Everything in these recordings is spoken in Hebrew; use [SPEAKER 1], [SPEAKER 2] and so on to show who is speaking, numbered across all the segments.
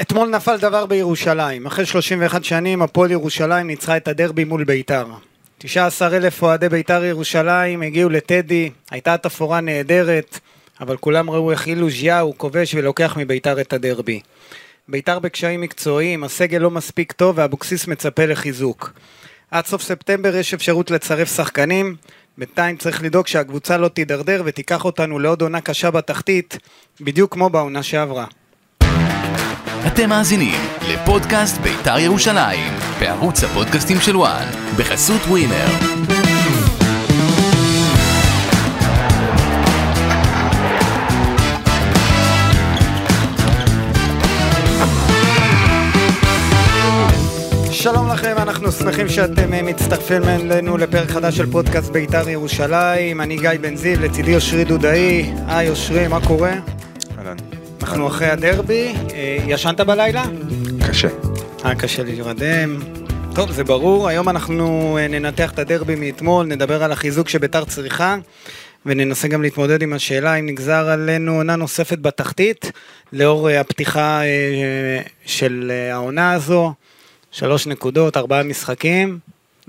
[SPEAKER 1] אתמול נפל דבר בירושלים. אחרי 31 שנים, הפועל ירושלים ניצחה את הדרבי מול ביתר. 19,000 אוהדי ביתר ירושלים הגיעו לטדי, הייתה תפאורה נהדרת, אבל כולם ראו איך אילוז'יהו כובש ולוקח מביתר את הדרבי. ביתר בקשיים מקצועיים, הסגל לא מספיק טוב ואבוקסיס מצפה לחיזוק. עד סוף ספטמבר יש אפשרות לצרף שחקנים, בינתיים צריך לדאוג שהקבוצה לא תידרדר ותיקח אותנו לעוד עונה קשה בתחתית, בדיוק כמו בעונה שעברה.
[SPEAKER 2] אתם מאזינים לפודקאסט בית"ר ירושלים, בערוץ הפודקאסטים של וואן, בחסות ווינר.
[SPEAKER 1] שלום לכם, אנחנו שמחים שאתם אה, מצטרפים אלינו לפרק חדש של פודקאסט בית"ר ירושלים. אני גיא בן זיו, לצידי אושרי דודאי. היי אושרי, מה קורה?
[SPEAKER 3] אהלן.
[SPEAKER 1] אנחנו אחרי הדרבי. אה, ישנת בלילה?
[SPEAKER 3] קשה.
[SPEAKER 1] היה קשה להירדם. טוב, זה ברור. היום אנחנו אה, ננתח את הדרבי מאתמול, נדבר על החיזוק שביתר צריכה, וננסה גם להתמודד עם השאלה אם נגזר עלינו עונה נוספת בתחתית, לאור אה, הפתיחה אה, של אה, העונה הזו. שלוש נקודות, ארבעה משחקים.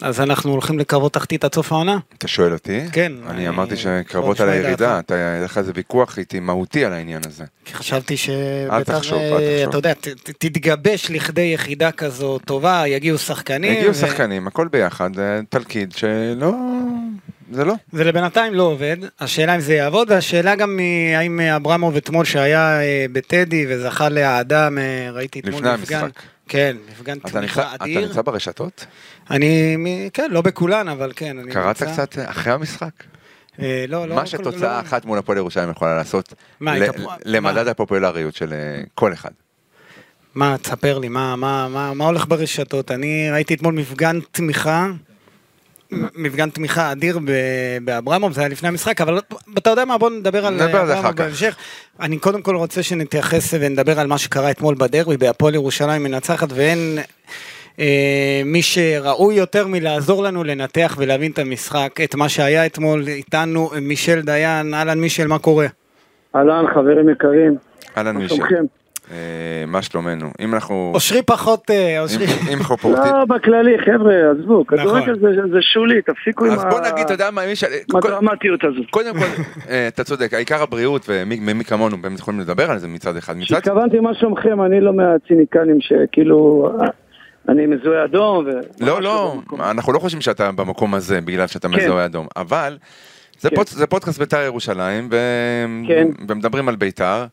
[SPEAKER 1] אז אנחנו הולכים לקרבות תחתית עד סוף העונה?
[SPEAKER 3] אתה שואל אותי?
[SPEAKER 1] כן, אני-
[SPEAKER 3] אני אמרתי
[SPEAKER 1] בוא
[SPEAKER 3] שקרבות
[SPEAKER 1] נשמע
[SPEAKER 3] על
[SPEAKER 1] את
[SPEAKER 3] הירידה,
[SPEAKER 1] דעתך.
[SPEAKER 3] אתה, היה לך איזה ויכוח איתי מהותי על העניין הזה.
[SPEAKER 1] כי חשבתי שביתר,
[SPEAKER 3] אל תחשוב, אל
[SPEAKER 1] אה,
[SPEAKER 3] תחשוב.
[SPEAKER 1] אתה יודע, ת- ת- תתגבש לכדי יחידה כזו טובה, יגיעו שחקנים.
[SPEAKER 3] הגיעו
[SPEAKER 1] ו-
[SPEAKER 3] שחקנים, הכל ביחד, אה, תלכיד שלא... זה לא.
[SPEAKER 1] זה לבינתיים לא עובד, השאלה אם זה יעבוד, והשאלה גם מ- האם אה, אברמוב אתמול שהיה אה, בטדי וזכה לאהדה, מ- ראיתי אתמול
[SPEAKER 3] לפני
[SPEAKER 1] מפגן.
[SPEAKER 3] המשחק.
[SPEAKER 1] כן, מפגן
[SPEAKER 3] אתה
[SPEAKER 1] תמיכה
[SPEAKER 3] נמצא- אתה
[SPEAKER 1] אדיר.
[SPEAKER 3] נמצא ברשתות?
[SPEAKER 1] אני, מ- כן, לא בכולן, אבל כן, אני
[SPEAKER 3] קראת
[SPEAKER 1] נמצא.
[SPEAKER 3] קצת אחרי המשחק?
[SPEAKER 1] אה, לא, לא.
[SPEAKER 3] מה
[SPEAKER 1] כל-
[SPEAKER 3] שתוצאה
[SPEAKER 1] לא.
[SPEAKER 3] אחת מול הפועל ירושלים יכולה לעשות
[SPEAKER 1] מה,
[SPEAKER 3] ל-
[SPEAKER 1] את הפועל-
[SPEAKER 3] למדד
[SPEAKER 1] מה?
[SPEAKER 3] הפופולריות של אה, כל אחד.
[SPEAKER 1] מה, תספר לי, מה, מה, מה, מה הולך ברשתות? אני ראיתי אתמול מפגן תמיכה, מ- מפגן תמיכה אדיר ב- באברמוב, זה היה לפני המשחק, אבל אתה יודע מה, בוא נדבר על
[SPEAKER 3] נדבר על זה אחר
[SPEAKER 1] אברמוב
[SPEAKER 3] כך.
[SPEAKER 1] בהמשך. אני קודם כל רוצה שנתייחס ונדבר על מה שקרה אתמול בדרבי, בהפועל ירושלים מנצחת, ואין אה, מי שראוי יותר מלעזור לנו לנתח ולהבין את המשחק, את מה שהיה אתמול איתנו, מישל דיין, אהלן מישל, מה קורה?
[SPEAKER 3] אוקיי.
[SPEAKER 4] אהלן, חברים יקרים,
[SPEAKER 3] אהלן
[SPEAKER 4] מה
[SPEAKER 3] מישל.
[SPEAKER 4] שלומכם?
[SPEAKER 3] אה, מה שלומנו? אם אנחנו...
[SPEAKER 1] אושרי פחות, אה, אושרי.
[SPEAKER 3] אם- אם אנחנו פורטים...
[SPEAKER 4] לא, בכללי, חבר'ה, עזבו, כדורגל זה- זה שולי, תפסיקו עם
[SPEAKER 3] נכון. אז בוא נגיד, אתה יודע אוקיי, מה, מישל... כל-
[SPEAKER 4] הדרמטיות הזאת.
[SPEAKER 3] קודם כל, אה, אתה צודק, העיקר הבריאות, ומי ומי כמונו באמת יכולים לדבר על זה מצד אחד. מצד
[SPEAKER 4] התכוונתי מה שלומכם, אני לא מהציניקנים שכאילו, אה, אני מזוהה אדום. ו-
[SPEAKER 3] לא, לא, אנחנו לא חושבים שאתה במקום הזה בגלל שאתה מזוהה אדום, אבל זה
[SPEAKER 4] כן.
[SPEAKER 3] פוד- זה פודקאסט בית"ר ירושלים, ו-
[SPEAKER 4] כן.
[SPEAKER 3] ומדברים על בית"ר.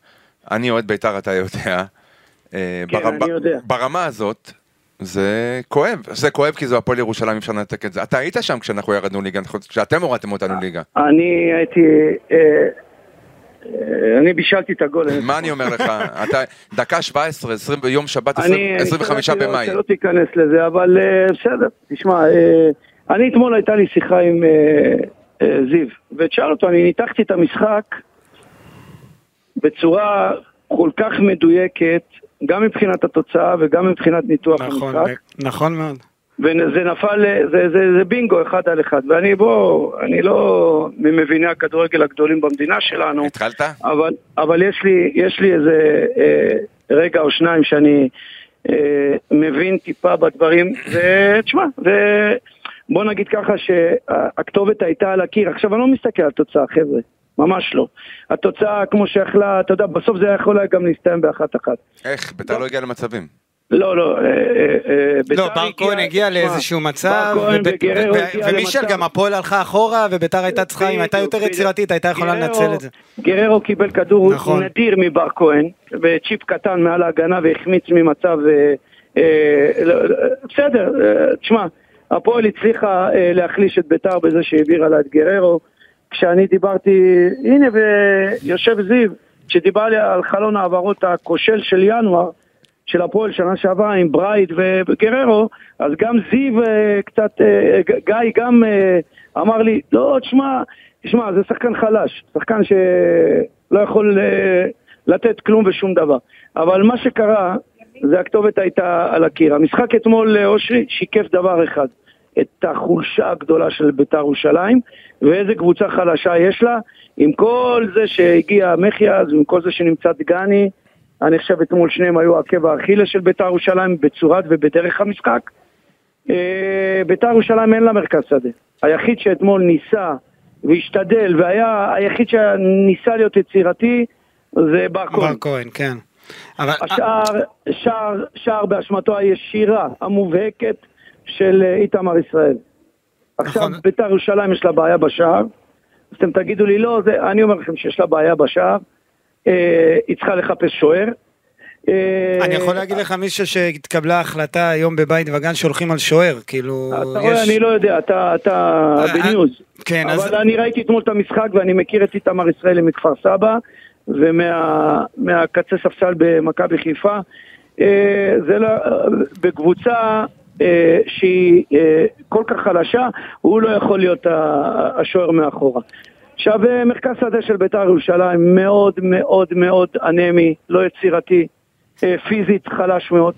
[SPEAKER 3] אני אוהד בית"ר, אתה יודע. אה,
[SPEAKER 4] כן,
[SPEAKER 3] ברמה-
[SPEAKER 4] אני יודע.
[SPEAKER 3] ברמה הזאת, זה כואב. זה כואב כי זו הפועל ירושלים, אי אפשר לנתק את זה. אתה היית שם כשאנחנו ירדנו ליגה, נכון? כשאתם הורדתם אותנו ליגה.
[SPEAKER 4] אני הייתי, אה, אה, אני בישלתי את הגול.
[SPEAKER 3] מה אני אומר לך? אתה דקה 17, 20 ביום שבת,
[SPEAKER 4] אני-
[SPEAKER 3] 25
[SPEAKER 4] השתדלתי לא-
[SPEAKER 3] במאי.
[SPEAKER 4] שלא תיכנס לזה, אבל אה, בסדר, תשמע, אה, אני אתמול הייתה לי שיחה עם אה, אה, זיו, ותשאל אותו, אני ניתחתי את המשחק בצורה כל כך מדויקת, גם מבחינת התוצאה וגם מבחינת ניתוח
[SPEAKER 1] נכון,
[SPEAKER 4] המשחק,
[SPEAKER 1] נכון מאוד.
[SPEAKER 4] וזה נפל, אה, זה, זה, זה בינגו אחד על אחד, ואני בוא, אני לא ממביני הכדורגל הגדולים במדינה שלנו,
[SPEAKER 3] התחלת?
[SPEAKER 4] אבל, אבל יש, לי, יש לי איזה אה, רגע או שניים שאני אה, מבין טיפה בדברים, ותשמע, זה... בוא נגיד ככה שהכתובת הייתה על הקיר. עכשיו, אני לא מסתכל על תוצאה, חבר'ה, ממש לא. התוצאה, כמו שיכלה, אתה יודע, בסוף זה היה יכול היה גם להסתיים באחת-אחת.
[SPEAKER 3] איך? ביתר לא הגיעה למצבים.
[SPEAKER 4] לא, לא, אה, אה, אה, בית"ר
[SPEAKER 1] לא, בר כהן הגיע
[SPEAKER 4] תשמע,
[SPEAKER 1] לאיזשהו מצב,
[SPEAKER 4] בר כהן
[SPEAKER 1] וב-
[SPEAKER 4] וגררו
[SPEAKER 1] ו-
[SPEAKER 4] הגיע
[SPEAKER 1] ומישל
[SPEAKER 4] למצב-
[SPEAKER 1] גם הפועל הלכה אחורה, וביתר הייתה צריכה, אם הייתה יותר
[SPEAKER 4] בדיוק,
[SPEAKER 1] יצירתית, הייתה יכולה
[SPEAKER 4] גררו-
[SPEAKER 1] לנצל את זה.
[SPEAKER 4] גררו קיבל כדור
[SPEAKER 1] נכון.
[SPEAKER 4] נדיר מבר כהן, בצ'יפ קטן מעל ההגנה והחמיץ ממצב... אה, אה, לא, לא, בסדר, אה, תשמע, הפועל הצליחה אה, להחליש את ביתר בזה שהעבירה לה את גררו. כשאני דיברתי, הנה, ויושב זיו, שדיבר לי על חלון ההעברות הכושל של ינואר, של הפועל שנה שעברה עם ברייט וגררו, אז גם זיו אה, קצת, אה, ג- גיא גם אה, אמר לי, לא, תשמע, תשמע, זה שחקן חלש, שחקן שלא יכול אה, לתת כלום ושום דבר. אבל מה שקרה, זה הכתובת הייתה על הקיר. המשחק אתמול, אה, אושרי, שיקף דבר אחד, את החולשה הגדולה של בית"ר ירושלים, ואיזה קבוצה חלשה יש לה, עם כל זה שהגיע מחיאז, עם כל זה שנמצא דגני, אני חושב אתמול שניהם היו עקב האכילס של בית"ר ירושלים בצורת ובדרך המשחק. אה, בית"ר ירושלים אין לה מרכז שדה. היחיד שאתמול ניסה והשתדל, והיה היחיד שניסה להיות יצירתי, זה בר כהן.
[SPEAKER 1] בר כהן, כן. אבל...
[SPEAKER 4] השער, שער, שער באשמתו הישירה, המובהקת, של אה, איתמר ישראל. עכשיו
[SPEAKER 1] נכון.
[SPEAKER 4] בית"ר ירושלים יש לה בעיה בשער, אז אתם תגידו לי לא, זה, אני אומר לכם שיש לה בעיה בשער, אה, היא צריכה לחפש שוער. אה,
[SPEAKER 1] אני יכול להגיד לך מישהו שהתקבלה החלטה היום בבית וגן שהולכים על שוער, כאילו...
[SPEAKER 4] אתה
[SPEAKER 1] יש-
[SPEAKER 4] רואה, אני לא יודע, אתה, אתה
[SPEAKER 1] אה,
[SPEAKER 4] בניוז.
[SPEAKER 1] כן, אז-
[SPEAKER 4] אבל אני ראיתי אתמול את המשחק ואני מכיר את איתמר ישראלי מכפר סבא ומה- מהקצה ספסל במכבי חיפה. אה, זה לא, בקבוצה אה, שהיא אה, כל כך חלשה, הוא לא יכול להיות ה- השוער מאחורה. עכשיו, אה, מרכז שדה של בית"ר ירושלים מאוד מאוד מאוד אנמי, לא יצירתי, אה, פיזית חלש מאוד,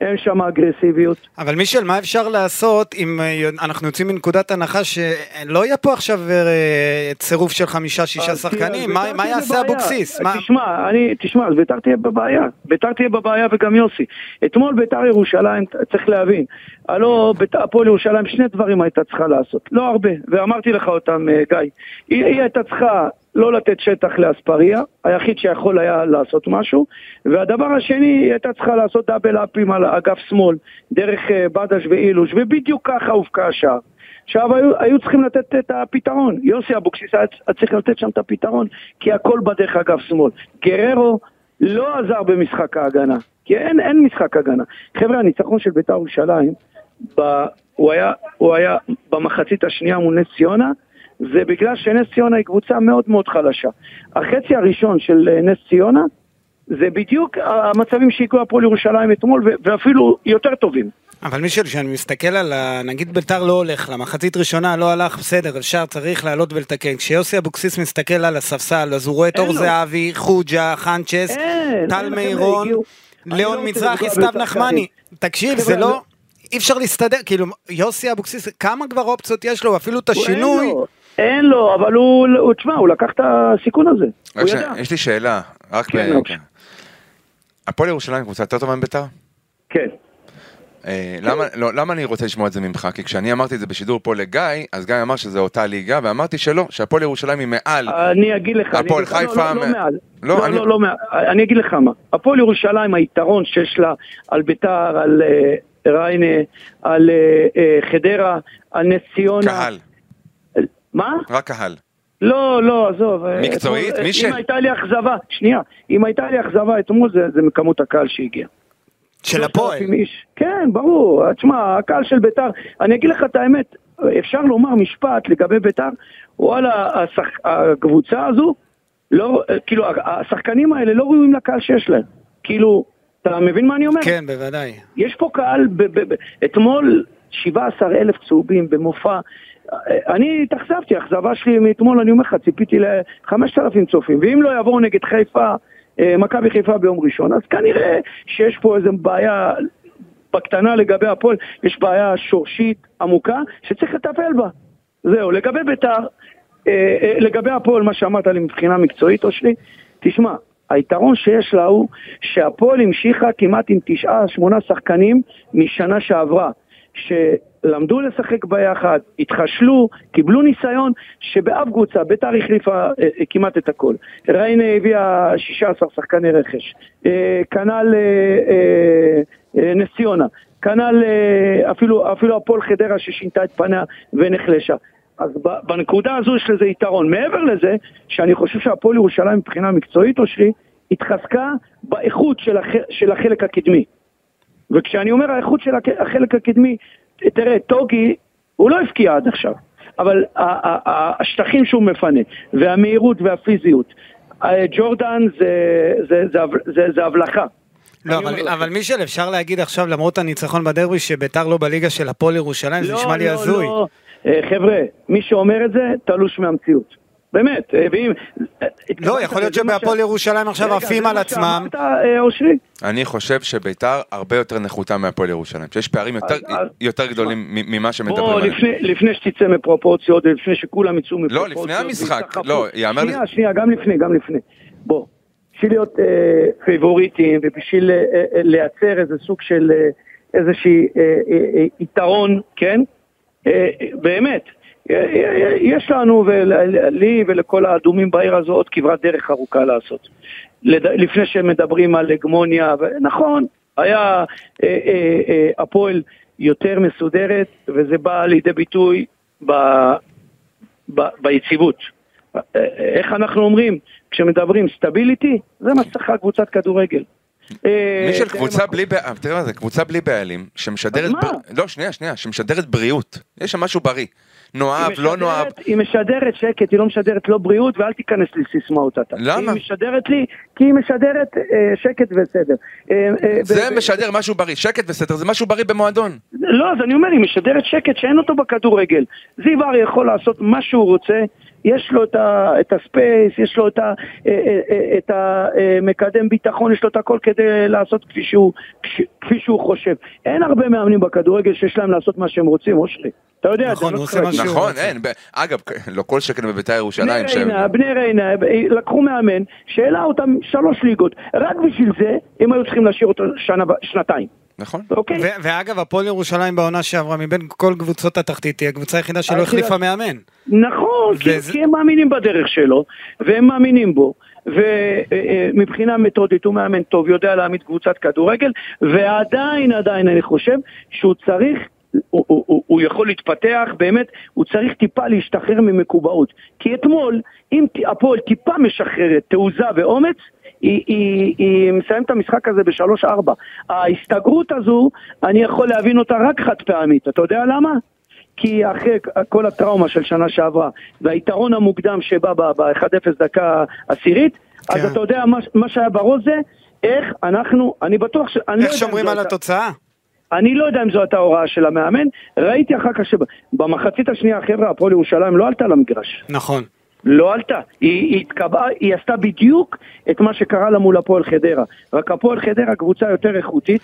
[SPEAKER 4] אין שם אגרסיביות.
[SPEAKER 1] אבל מישל, מה אפשר לעשות אם אה, אנחנו יוצאים מנקודת הנחה שלא יהיה פה עכשיו אה, צירוף של חמישה-שישה
[SPEAKER 4] אז תראה,
[SPEAKER 1] שחקנים?
[SPEAKER 4] ביתר
[SPEAKER 1] מה- מה
[SPEAKER 4] תהיה
[SPEAKER 1] יעשה
[SPEAKER 4] בבעיה.
[SPEAKER 1] אבוקסיס? מה-
[SPEAKER 4] תשמע, אני, תשמע, אז ביתר תהיה בבעיה. ביתר תהיה בבעיה וגם יוסי. אתמול ביתר ירושלים, צריך להבין, הלא בית- הפועל ירושלים שני דברים הייתה צריכה לעשות. לא הרבה, ואמרתי לך אותם, אה, גיא. היא, היא הייתה צריכה לא לתת שטח לאספריה, היחיד שיכול היה לעשות משהו, והדבר השני, היא הייתה צריכה לעשות דאבל אפים על אגף שמאל, דרך אה, בדש ואילוש, ובדיוק ככה הובקע השער. עכשיו היו, היו צריכים לתת את הפתרון, יוסי אבוקסיס היה צ- היה צריך לתת שם את הפתרון, כי הכל בדרך אגף שמאל. גררו לא עזר במשחק ההגנה, כי אין, אין משחק הגנה. חבר'ה, הניצחון של בית"ר ירושלים, ב, הוא, היה, הוא היה במחצית השנייה מול נס ציונה, זה בגלל שנס ציונה היא קבוצה מאוד מאוד חלשה. החצי הראשון של אה, נס ציונה זה בדיוק המצבים שהגיעו הפועל ירושלים אתמול, ו- ואפילו יותר טובים.
[SPEAKER 1] אבל מישל, כשאני מסתכל על ה... נגיד ביתר לא הולך לה, מחצית ראשונה לא הלך, בסדר, אפשר, צריך לעלות ולתקן. כשיוסי אבוקסיס מסתכל על הספסל, אז הוא רואה את
[SPEAKER 4] אין
[SPEAKER 1] אור
[SPEAKER 4] לו.
[SPEAKER 1] זהבי, חוג'ה, חנצ'ס,
[SPEAKER 4] אין,
[SPEAKER 1] טל
[SPEAKER 4] אין,
[SPEAKER 1] מאירון,
[SPEAKER 4] הגיעו. אני לא
[SPEAKER 1] ליאון
[SPEAKER 4] רוצה
[SPEAKER 1] מזרחי,
[SPEAKER 4] לפגוע
[SPEAKER 1] סתיו
[SPEAKER 4] בשחקנים.
[SPEAKER 1] נחמני. תקשיב,
[SPEAKER 4] חבר'ה,
[SPEAKER 1] זה לא...
[SPEAKER 4] לא-
[SPEAKER 1] אי אפשר להסתדר, כאילו, יוסי אבוקסיס, כמה כבר אופציות יש לו, אפילו את
[SPEAKER 4] הוא- אין
[SPEAKER 1] השינוי.
[SPEAKER 4] לו, אין לו, אבל הוא, הוא- תשמע, הוא לקח את הסיכון הזה. הוא
[SPEAKER 3] רק ש-
[SPEAKER 4] ידע.
[SPEAKER 3] יש לי שאלה, רק
[SPEAKER 4] כן,
[SPEAKER 3] ב...
[SPEAKER 4] בבקשה.
[SPEAKER 3] כן. הפועל ירושלים קבוצה יותר טובה מביתר?
[SPEAKER 4] כן.
[SPEAKER 3] אה, למה, לא, למה אני רוצה לשמוע את זה ממך? כי כשאני אמרתי את זה בשידור פה לגיא, אז גיא אמר שזה אותה ליגה, ואמרתי שלא, שהפועל ירושלים היא מעל.
[SPEAKER 4] אני אגיד לך, אני
[SPEAKER 3] הפועל
[SPEAKER 4] אגיד לך- לא,
[SPEAKER 3] חיפה-
[SPEAKER 4] לא, לא מעל.
[SPEAKER 3] לא,
[SPEAKER 4] לא,
[SPEAKER 3] אני-
[SPEAKER 4] לא, לא מעל. אני אגיד לך מה. הפועל ירושלים, היתרון שיש לה על ביתר, על אה, ריינה, על אה, אה, חדרה, על נס ציונה.
[SPEAKER 3] קהל,
[SPEAKER 4] מה?
[SPEAKER 3] רק קהל.
[SPEAKER 4] לא, לא, עזוב. אה,
[SPEAKER 3] מקצועית,
[SPEAKER 4] אתמול-
[SPEAKER 3] מי
[SPEAKER 4] אה,
[SPEAKER 3] ש-
[SPEAKER 4] אם הייתה לי אכזבה, שנייה, אם הייתה לי אכזבה אתמול, זה- זה מכמות הקהל שהגיע.
[SPEAKER 1] של
[SPEAKER 4] 3,000
[SPEAKER 1] הפועל.
[SPEAKER 4] איש. כן, ברור. תשמע, הקהל של ביתר, אני אגיד לך את האמת, אפשר לומר משפט לגבי ביתר, וואלה, השח... הקבוצה הזו, לא, כאילו, השחקנים האלה לא ראויים לקהל שיש להם. כאילו, אתה מבין מה אני אומר?
[SPEAKER 1] כן, בוודאי.
[SPEAKER 4] יש פה קהל, ב- ב- ב- אתמול 17 אלף צהובים במופע. אני התאכזבתי, האכזבה שלי מאתמול, אני אומר לך, ציפיתי ל-5,000 צופים, ואם לא יבואו נגד חיפה, אה, מכבי חיפה ביום ראשון, אז כנראה שיש פה איזו בעיה בקטנה לגבי הפועל, יש בעיה שורשית עמוקה שצריך לטפל בה. זהו, לגבי בית"ר, אה, אה, לגבי הפועל, מה שאמרת לי מבחינה מקצועית, אושרי, תשמע, היתרון שיש לה הוא שהפועל המשיכה כמעט עם תשעה, שמונה שחקנים משנה שעברה, שלמדו לשחק ביחד, התחשלו, קיבלו ניסיון, שבאף קבוצה, בית"ר החליפה אה, אה, כמעט את הכל. ריינה הביאה 16 שחקני רכש, אה, כנ"ל אה, אה, אה, נס ציונה, כנ"ל אה, אפילו, אפילו הפועל חדרה ששינתה את פניה ונחלשה. אז ב- בנקודה הזו יש לזה יתרון. מעבר לזה, שאני חושב שהפועל ירושלים מבחינה מקצועית, אושרי, התחזקה באיכות של, הח... של החלק הקדמי. וכשאני אומר האיכות של הק- החלק הקדמי, ת- תראה, טוגי, הוא לא הבקיע עד עכשיו, אבל ה- ה- ה- השטחים שהוא מפנה, והמהירות והפיזיות, אה, ג'ורדן זה- זה- זה הב- זה- זה הבלחה.
[SPEAKER 1] לא,
[SPEAKER 4] אני אומר
[SPEAKER 1] אבל,
[SPEAKER 4] לך.
[SPEAKER 1] אבל מישל, אפשר להגיד עכשיו, למרות הניצחון בדרבי, שביתר לא בליגה של הפועל ירושלים, זה נשמע לי הזוי.
[SPEAKER 4] לא. אה, חבר'ה, מי שאומר את זה, תלוש מהמציאות. באמת, אה, ואם... אה,
[SPEAKER 1] לא, יכול להיות
[SPEAKER 4] זה מה
[SPEAKER 1] שבהפועל
[SPEAKER 4] ש-
[SPEAKER 1] ירושלים עכשיו
[SPEAKER 4] רגע,
[SPEAKER 1] עפים
[SPEAKER 4] זה
[SPEAKER 1] על
[SPEAKER 4] מה
[SPEAKER 1] עצמם.
[SPEAKER 4] שאמרת, אה, אושרי?
[SPEAKER 3] אני חושב שביתר הרבה יותר נחותה מהפועל ירושלים, שיש פערים יותר,
[SPEAKER 4] אז- אז-
[SPEAKER 3] יותר גדולים מ- ממה
[SPEAKER 4] בוא,
[SPEAKER 3] שמדברים עליהם.
[SPEAKER 4] אה, לפני, לפני שתצא מפרופורציות ולפני שכולם יצאו מפרופורציות.
[SPEAKER 3] לא, לפני המשחק,
[SPEAKER 4] ויסחפו.
[SPEAKER 3] לא, יאמר-
[SPEAKER 4] שנייה, שנייה, גם לפני, גם לפני. בוא, בשביל להיות אה, פייבוריטים ובשביל אה, אה, לייצר איזה סוג של אה, איזשהי אה, אה, אה, יתרון, כן? אה, באמת, אה, אה, יש לנו ולי ולכל האדומים בעיר הזו עוד כברת דרך ארוכה לעשות. לד- לפני שמדברים על הגמוניה, ו- נכון, היה אה, אה, אה, הפועל יותר מסודרת וזה בא לידי ביטוי ב- ב- ביציבות. אה, איך אנחנו אומרים? כשמדברים סטביליטי, זה מה שצריכה קבוצת כדורגל. אה,
[SPEAKER 3] מי של
[SPEAKER 4] זה
[SPEAKER 3] קבוצה
[SPEAKER 4] מה-
[SPEAKER 3] בלי בעלים, תראה מה זה, קבוצה בלי בעלים, שמשדרת,
[SPEAKER 4] אז מה?
[SPEAKER 3] בר- לא שנייה, שנייה, שמשדרת בריאות, יש שם משהו בריא, נאהב,
[SPEAKER 4] היא
[SPEAKER 3] לא
[SPEAKER 4] משדרת-
[SPEAKER 3] נאהב,
[SPEAKER 4] היא משדרת שקט, היא לא משדרת לא בריאות, ואל תיכנס לסיסמאות אתה.
[SPEAKER 3] למה?
[SPEAKER 4] היא משדרת לי, כי היא משדרת אה, שקט וסדר. אה, אה,
[SPEAKER 3] זה
[SPEAKER 4] ב- ב-
[SPEAKER 3] משדר משהו בריא, שקט וסתר, זה משהו בריא במועדון.
[SPEAKER 4] לא, אז אני אומר, היא משדרת שקט שאין אותו בכדורגל. זיו אריה יכול לעשות מה שהוא רוצה, יש לו את, ה, את הספייס, יש לו את, ה, אה, אה, אה, את המקדם ביטחון, יש לו את הכל כדי לעשות כפי שהוא, כש- כפי שהוא חושב. אין הרבה מאמנים בכדורגל שיש להם לעשות מה שהם רוצים, אושרי. אתה יודע,
[SPEAKER 1] נכון,
[SPEAKER 4] זה לא
[SPEAKER 1] הוא עושה
[SPEAKER 4] קרה.
[SPEAKER 1] מה שהוא
[SPEAKER 3] נכון,
[SPEAKER 1] רוצה.
[SPEAKER 3] אין, ב- אגב, לא כל שקל בביתר
[SPEAKER 4] בני
[SPEAKER 3] ירושלים, שהם-
[SPEAKER 4] ריינה, בני ריינה, אה, לקחו מאמן שהעלה אותם שלוש ליגות. רק בשביל זה הם היו צריכים להשאיר אותו שנה, ו- שנתיים,
[SPEAKER 3] נכון,
[SPEAKER 4] אוקיי?
[SPEAKER 1] ו- ואגב, הפועל ירושלים בעונה שעברה, מבין כל קבוצות התחתית, היא הקבוצה היחידה שלא
[SPEAKER 4] היחידה.
[SPEAKER 1] החליפה מאמן.
[SPEAKER 4] נכון, כי,
[SPEAKER 1] וזה-
[SPEAKER 4] כי הם מאמינים בדרך שלו, והם מאמינים בו, ומבחינה מתודית הוא מאמן טוב, יודע להעמיד קבוצת כדורגל, ועדיין, עדיין אני חושב שהוא צריך... הוא, הוא, הוא, הוא יכול להתפתח, באמת, הוא צריך טיפה להשתחרר ממקובעות. כי אתמול, אם ט- הפועל טיפה משחררת תעוזה ואומץ, היא, היא, היא מסיימת את המשחק הזה בשלוש-ארבע. ההסתגרות הזו, אני יכול להבין אותה רק חד פעמית. אתה יודע למה? כי אחרי כל הטראומה של שנה שעברה, והיתרון המוקדם שבא ב-1-0 דקה עשירית, כן.
[SPEAKER 1] כן.
[SPEAKER 4] אז אתה יודע מה, מה שהיה בראש זה, איך אנחנו, אני בטוח ש... אני לא
[SPEAKER 1] איך
[SPEAKER 4] יודע
[SPEAKER 1] שומרים
[SPEAKER 4] אם זו
[SPEAKER 1] על
[SPEAKER 4] הייתה-
[SPEAKER 1] התוצאה?
[SPEAKER 4] אני לא יודע אם זו הייתה הוראה של המאמן, ראיתי אחר כך שבמחצית השנייה, חבר'ה, הפועל ירושלים לא עלתה למגרש.
[SPEAKER 1] נכון.
[SPEAKER 4] לא עלתה, היא, היא התקבעה, היא עשתה בדיוק את מה שקרה לה מול הפועל חדרה. רק הפועל חדרה קבוצה יותר איכותית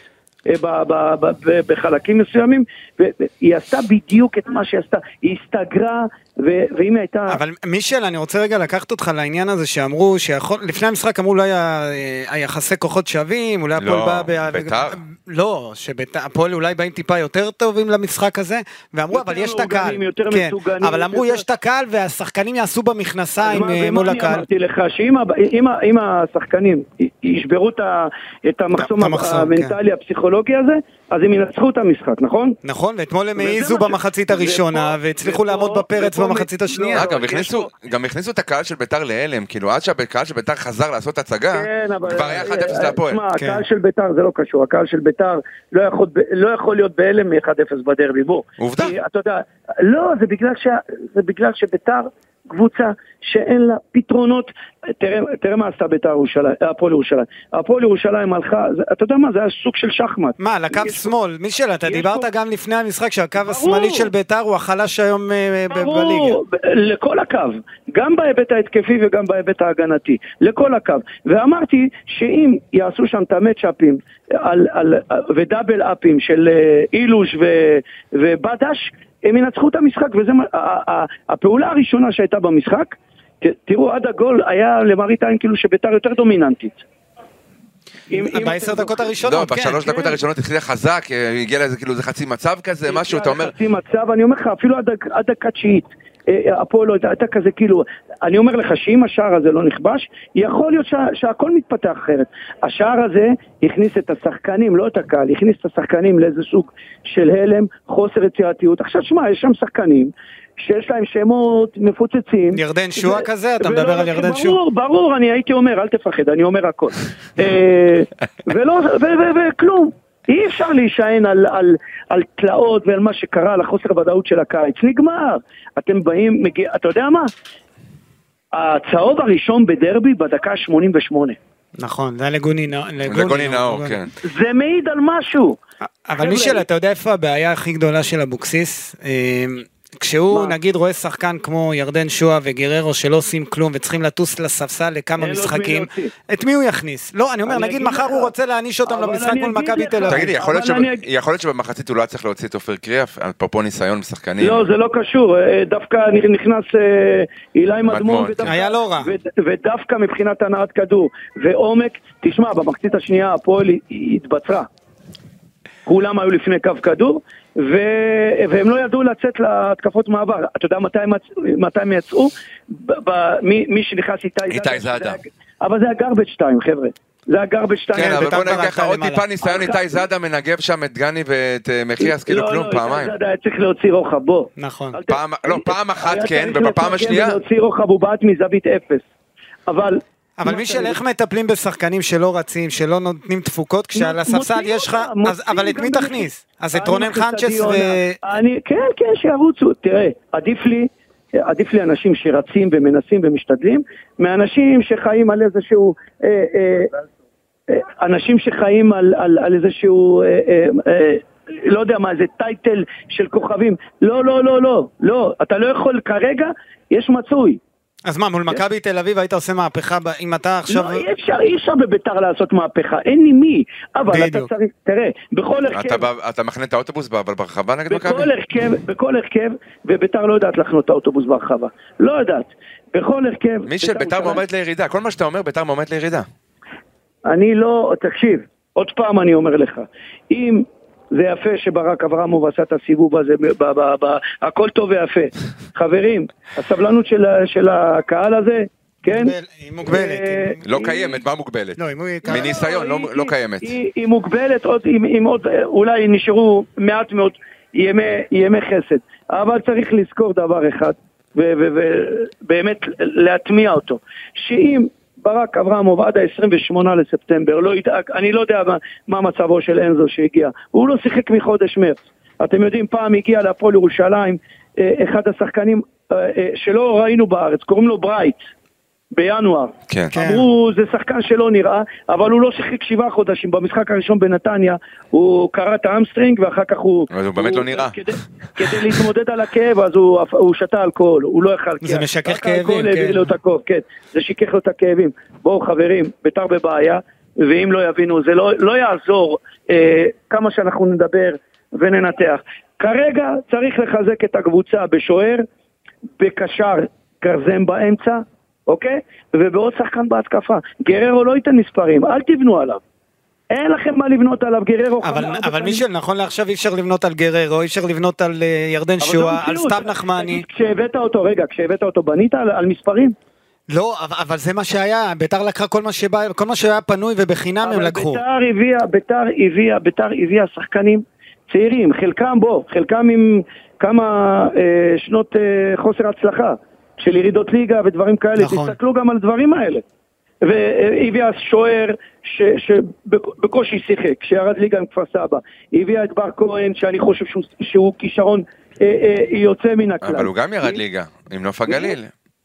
[SPEAKER 4] אה, ב, ב, ב, ב, בחלקים מסוימים, והיא עשתה בדיוק את מה שהיא עשתה, היא הסתגרה, ו, ואם היא הייתה...
[SPEAKER 1] אבל מישל, אני רוצה רגע לקחת אותך לעניין הזה שאמרו, שיכול- לפני המשחק אמרו אולי ה- אה, היחסי כוחות שווים, אולי הפועל
[SPEAKER 3] לא,
[SPEAKER 1] בא... ב-
[SPEAKER 3] בית"ר.
[SPEAKER 1] לא, שהפועל אולי באים טיפה יותר טובים למשחק הזה, ואמרו
[SPEAKER 4] יותר
[SPEAKER 1] אבל יש את
[SPEAKER 4] מאורגנים,
[SPEAKER 1] הקהל.
[SPEAKER 4] יותר
[SPEAKER 1] כן,
[SPEAKER 4] מסוגלים,
[SPEAKER 1] אבל אמרו
[SPEAKER 4] יותר-
[SPEAKER 1] יש את הקהל והשחקנים יעשו במכנסיים
[SPEAKER 4] אז מה-
[SPEAKER 1] אה,
[SPEAKER 4] ומה
[SPEAKER 1] מול
[SPEAKER 4] אני
[SPEAKER 1] הקהל.
[SPEAKER 4] אמרתי לך שאם הב- אם ה- אם השחקנים י- ישברו את ה- את המחסום
[SPEAKER 1] את המחסום, כן.
[SPEAKER 4] המנטלי הפסיכולוגי הזה, אז הם ינצחו את המשחק, נכון?
[SPEAKER 1] נכון, ואתמול הם
[SPEAKER 4] וזה
[SPEAKER 1] העיזו
[SPEAKER 4] מה ש-
[SPEAKER 1] במחצית
[SPEAKER 4] ופה-
[SPEAKER 1] הראשונה, והצליחו
[SPEAKER 4] ופה-
[SPEAKER 1] לעמוד בפרץ
[SPEAKER 4] ופה-
[SPEAKER 1] במחצית
[SPEAKER 4] לא,
[SPEAKER 1] השנייה.
[SPEAKER 3] אגב,
[SPEAKER 4] יש
[SPEAKER 3] הכניסו, גם הכניסו את הקהל של ביתר להלם, כאילו עד שהקהל של ביתר חזר לעשות הצגה,
[SPEAKER 4] כן, אבל...
[SPEAKER 3] כבר היה 1-0
[SPEAKER 4] אה,
[SPEAKER 3] להפועל.
[SPEAKER 4] תשמע,
[SPEAKER 1] כן.
[SPEAKER 4] הקהל של ביתר זה לא קשור, הקהל של ביתר לא יכול- לא יכול להיות בהלם מ-1-0 בדרבי, בוא.
[SPEAKER 3] עובדה.
[SPEAKER 4] כי אתה יודע, לא, זה בגלל, שה, זה בגלל שביתר קבוצה שאין לה פתרונות. תראה, תראה מה עשתה ביתר ירושלים, הפועל ירושלים. הפועל ירושלים הלכה, זה, אתה יודע מה, זה היה סוג של שחמט.
[SPEAKER 1] מה, לקו
[SPEAKER 4] יש-
[SPEAKER 1] שמאל, מישל, אתה
[SPEAKER 4] יש
[SPEAKER 1] דיברת
[SPEAKER 4] פה-
[SPEAKER 1] גם לפני המשחק שהקו
[SPEAKER 4] ברור.
[SPEAKER 1] השמאלי של ביתר הוא החלש היום אה, ב- בליגה.
[SPEAKER 4] ברור, ב- לכל הקו, גם בהיבט ההתקפי וגם בהיבט ההגנתי, לכל הקו. ואמרתי שאם יעשו שם את המצ'אפים על- על- ודאבל אפים של אה, אילוש ו- ובדש, הם ינצחו את המשחק, וזו הפעולה הראשונה שהייתה במשחק. ת- תראו, עד הגול היה למראית עין כאילו שביתר יותר דומיננטית. אם- אם-
[SPEAKER 1] בעשר דקות
[SPEAKER 3] לא,
[SPEAKER 1] הראשונות, כן.
[SPEAKER 3] בשלוש דקות הראשונות התחילה חזק, אה, הגיע לאיזה כאילו זה חצי מצב כזה,
[SPEAKER 4] כן,
[SPEAKER 3] משהו, אתה אומר,
[SPEAKER 4] חצי מצב, אני אומר לך, אפילו עד דק- עד דקה תשיעית. אה, הפועל לא הייתה- הייתה כזה כאילו, אני אומר לך שאם השער הזה לא נכבש, יכול להיות שה, שהכל מתפתח אחרת. השער הזה הכניס את השחקנים, לא את הקהל, הכניס את השחקנים לאיזה סוג של הלם, חוסר יצירתיות. עכשיו שמע, יש שם שחקנים שיש להם שמות מפוצצים.
[SPEAKER 1] ירדן שועה
[SPEAKER 4] ו-
[SPEAKER 1] כזה? אתה
[SPEAKER 4] ולא
[SPEAKER 1] מדבר על
[SPEAKER 4] לוקחים-
[SPEAKER 1] ירדן שועה?
[SPEAKER 4] לא נכון. ברור, ברור, אני הייתי אומר, אל תפחד, אני אומר הכל. אה, ולא, ו- ו- וכלום. אי אפשר להישען על, על, על תלאות ועל מה שקרה, על החוסר ודאות של הקיץ. נגמר. אתם באים, מגיע, אתה יודע מה? הצהוב הראשון בדרבי בדקה ה-88.
[SPEAKER 1] נכון, זה היה לגוני נא-
[SPEAKER 3] לגוני נאור, כן.
[SPEAKER 4] זה מעיד על משהו.
[SPEAKER 1] אבל מישל, אתה יודע איפה הבעיה הכי גדולה של אבוקסיס? אה, כשהוא
[SPEAKER 4] מה?
[SPEAKER 1] נגיד רואה שחקן כמו ירדן שואה וגררו שלא עושים כלום וצריכים לטוס לספסל לכמה
[SPEAKER 4] אין לו את מי
[SPEAKER 1] משחקים,
[SPEAKER 4] להוציא.
[SPEAKER 1] את מי הוא יכניס? לא, אני אומר,
[SPEAKER 4] אני
[SPEAKER 1] נגיד
[SPEAKER 4] אגיד
[SPEAKER 1] מחר
[SPEAKER 4] לך.
[SPEAKER 1] הוא רוצה להעניש אותם
[SPEAKER 4] אבל
[SPEAKER 1] למשחק
[SPEAKER 4] אני
[SPEAKER 1] מול
[SPEAKER 4] אגיד
[SPEAKER 1] מכבי
[SPEAKER 4] לך.
[SPEAKER 1] תל אביב.
[SPEAKER 3] תגידי, יכול להיות
[SPEAKER 4] אבל
[SPEAKER 3] שב-
[SPEAKER 4] אני אגיד-
[SPEAKER 3] יכול להיות שבמחצית הוא לא היה צריך להוציא את אופיר קריאף, אפרופו ניסיון בשחקנים.
[SPEAKER 4] לא, זה לא קשור, אה, דווקא נכנס אה, אילי מדמון,
[SPEAKER 3] מדמון,
[SPEAKER 4] ודווקא-
[SPEAKER 1] היה לא רע.
[SPEAKER 4] ו- ודווקא מבחינת הנעת כדור ועומק, תשמע, במחצית השנייה הפועל הת- התבצרה. כולם היו לפני קו כדור, ו... והם לא ידעו לצאת להתקפות מעבר. אתה יודע מתי הם, יצ- מתי הם יצאו? ב... ב... מי... מי שנכנס איתי
[SPEAKER 3] איתי
[SPEAKER 4] זה
[SPEAKER 3] זאדה.
[SPEAKER 4] היה- אבל זה הגרבג' 2, חבר'ה. זה הגרבג' 2.
[SPEAKER 3] כן, אבל
[SPEAKER 1] בית"ר
[SPEAKER 3] בוא נגיד
[SPEAKER 1] כבר
[SPEAKER 3] ככה,
[SPEAKER 1] עלתה
[SPEAKER 3] עוד
[SPEAKER 1] למעלה.
[SPEAKER 3] טיפה ניסיון איתי זאדה מנגב שם את גני ואת אה, מחיאס, כאילו כלום, פעמיים.
[SPEAKER 4] לא, לא, איתי זאדה היה צריך להוציא רוחב, בוא.
[SPEAKER 1] נכון.
[SPEAKER 4] אל ת-
[SPEAKER 3] פעם- לא, פעם אחת
[SPEAKER 4] היה
[SPEAKER 3] כן,
[SPEAKER 4] צריך
[SPEAKER 3] ובפעם
[SPEAKER 4] לתרגם
[SPEAKER 3] השנייה-
[SPEAKER 4] ולהוציא רוחב הוא בעט מזווית אפס. אבל...
[SPEAKER 1] אבל
[SPEAKER 4] מה
[SPEAKER 1] מישל,
[SPEAKER 4] שאני-
[SPEAKER 1] איך מטפלים בשחקנים שלא רצים, שלא נותנים תפוקות, כשעל
[SPEAKER 4] מוצאים
[SPEAKER 1] הספסל יש לך...
[SPEAKER 4] אותם,
[SPEAKER 1] אז- אבל
[SPEAKER 4] מוצאים
[SPEAKER 1] את מי
[SPEAKER 4] גם
[SPEAKER 1] תכניס?
[SPEAKER 4] במחיר.
[SPEAKER 1] אז את
[SPEAKER 4] אני
[SPEAKER 1] רונן
[SPEAKER 4] מכניס
[SPEAKER 1] חנצ'ס
[SPEAKER 4] עדי
[SPEAKER 1] ו...
[SPEAKER 4] יונה. אני, כן, כן, שירוצו. תראה, עדיף לי, עדיף לי אנשים שרצים ומנסים ומשתדלים, מאנשים שחיים על איזשהו... אה, אה, אה, אנשים שחיים על, על, על איזשהו, אה, אה, אה, לא יודע מה, איזה טייטל של כוכבים. לא, לא, לא, לא, לא. אתה לא יכול כרגע, יש מצוי.
[SPEAKER 1] אז מה, מול מכבי תל אביב היית עושה מהפכה ב- אם אתה עכשיו...
[SPEAKER 4] לא, אי אפשר, אי אפשר בביתר לעשות מהפכה, אין עם מי. אבל אתה
[SPEAKER 1] בדיוק.
[SPEAKER 4] צריך, תראה, בכל הרכב...
[SPEAKER 3] אתה בא- אתה מחנה את האוטובוס ב- אבל ברחבה נגד מכבי?
[SPEAKER 4] כן. בכל הרכב, בכל הרכב, וביתר לא יודעת לחנות את האוטובוס ברחבה. לא יודעת. בכל הרכב...
[SPEAKER 3] מישל, ביתר
[SPEAKER 4] ירושלים-
[SPEAKER 3] מועמדת לירידה. כל מה שאתה אומר, ביתר מועמדת לירידה.
[SPEAKER 4] אני לא... תקשיב, עוד פעם אני אומר לך. אם... זה יפה שברק אברמוב עשה את הסיבוב הזה, ב- ב- ב- ב- הכל טוב ויפה. חברים, הסבלנות של, ה- של הקהל הזה, כן?
[SPEAKER 1] מוגבל- היא מוגבלת.
[SPEAKER 4] אה,
[SPEAKER 1] היא-
[SPEAKER 3] לא
[SPEAKER 4] היא-
[SPEAKER 3] קיימת, מה מוגבלת?
[SPEAKER 1] לא, אם הוא... יקרה-
[SPEAKER 3] מיני- מניסיון, לא-
[SPEAKER 4] היא-
[SPEAKER 3] לא
[SPEAKER 4] היא-
[SPEAKER 3] קיימת.
[SPEAKER 4] היא היא מוגבלת, עוד- עם- עם עוד, אולי נשארו מעט מאוד ימי ימי חסד. אבל צריך לזכור דבר אחד, ובאמת להטמיע אותו, שאם ברק אברמוב עד ה-28 לספטמבר לא ידאג, אני לא יודע מה- מה מצבו של אנזו שהגיע, הוא לא שיחק מחודש מרץ. אתם יודעים, פעם הגיע להפועל ירושלים אה, אחד השחקנים אה, אה, שלא ראינו בארץ, קוראים לו ברייט, בינואר.
[SPEAKER 3] כן.
[SPEAKER 1] כן.
[SPEAKER 4] אמרו, זה שחקן שלא נראה, אבל הוא לא שיחק שבעה חודשים. במשחק הראשון בנתניה, הוא קרע את האמסטרינג, ואחר כך הוא...
[SPEAKER 3] אבל הוא באמת לא נראה.
[SPEAKER 4] כדי, כדי להתמודד על הכאב, אז הוא, הוא שתה אלכוהול, הוא לא יכל...
[SPEAKER 1] זה
[SPEAKER 4] כי
[SPEAKER 1] משכך
[SPEAKER 4] רק
[SPEAKER 1] כאבים,
[SPEAKER 4] האלכוהול הביא
[SPEAKER 1] כן.
[SPEAKER 4] לו את הכאב, כן. זה שיכך לו את הכאבים. בואו חברים, ביתר בבעיה, ואם לא יבינו, זה לא, לא יעזור אה, כמה שאנחנו נדבר וננתח. כרגע צריך לחזק את הקבוצה בשוער, בקשר גרזן באמצע, אוקיי? ובעוד שחקן בהתקפה. גררו לא ייתן מספרים, אל תבנו עליו. אין לכם מה לבנות עליו, גררו.
[SPEAKER 1] אבל,
[SPEAKER 4] חנה,
[SPEAKER 1] אבל מישל, נכון לעכשיו אי אפשר לבנות על גררו, אי אפשר לבנות על אה, ירדן
[SPEAKER 4] אבל כאילו, זו
[SPEAKER 1] שואה, על
[SPEAKER 4] המציאות.
[SPEAKER 1] סתיו נחמני.
[SPEAKER 4] תגיד, כשהבאת אותו, רגע, כשהבאת אותו בנית על, על מספרים?
[SPEAKER 1] לא, אבל, אבל זה מה שהיה, ביתר לקחה כל מה שבא, כל מה שהיה פנוי ובחינם הם
[SPEAKER 4] אבל
[SPEAKER 1] לקחו.
[SPEAKER 4] ביתר הביאה, ביתר הביאה, ביתר הביאה שחקנים צעירים, חלקם בו, חלקם עם כמה אה, שנות אה, חוסר הצלחה של ירידות ליגה ודברים כאלה,
[SPEAKER 1] נכון.
[SPEAKER 4] תסתכלו גם על הדברים האלה. והביאה שוער שבקושי שיחק, שירד ליגה עם כפר סבא. הביאה את בר כהן, שאני חושב שהוא, שהוא כישרון אה, אה, יוצא מן הכלל.
[SPEAKER 3] אבל הוא גם ירד ליגה, עם נוף הגליל.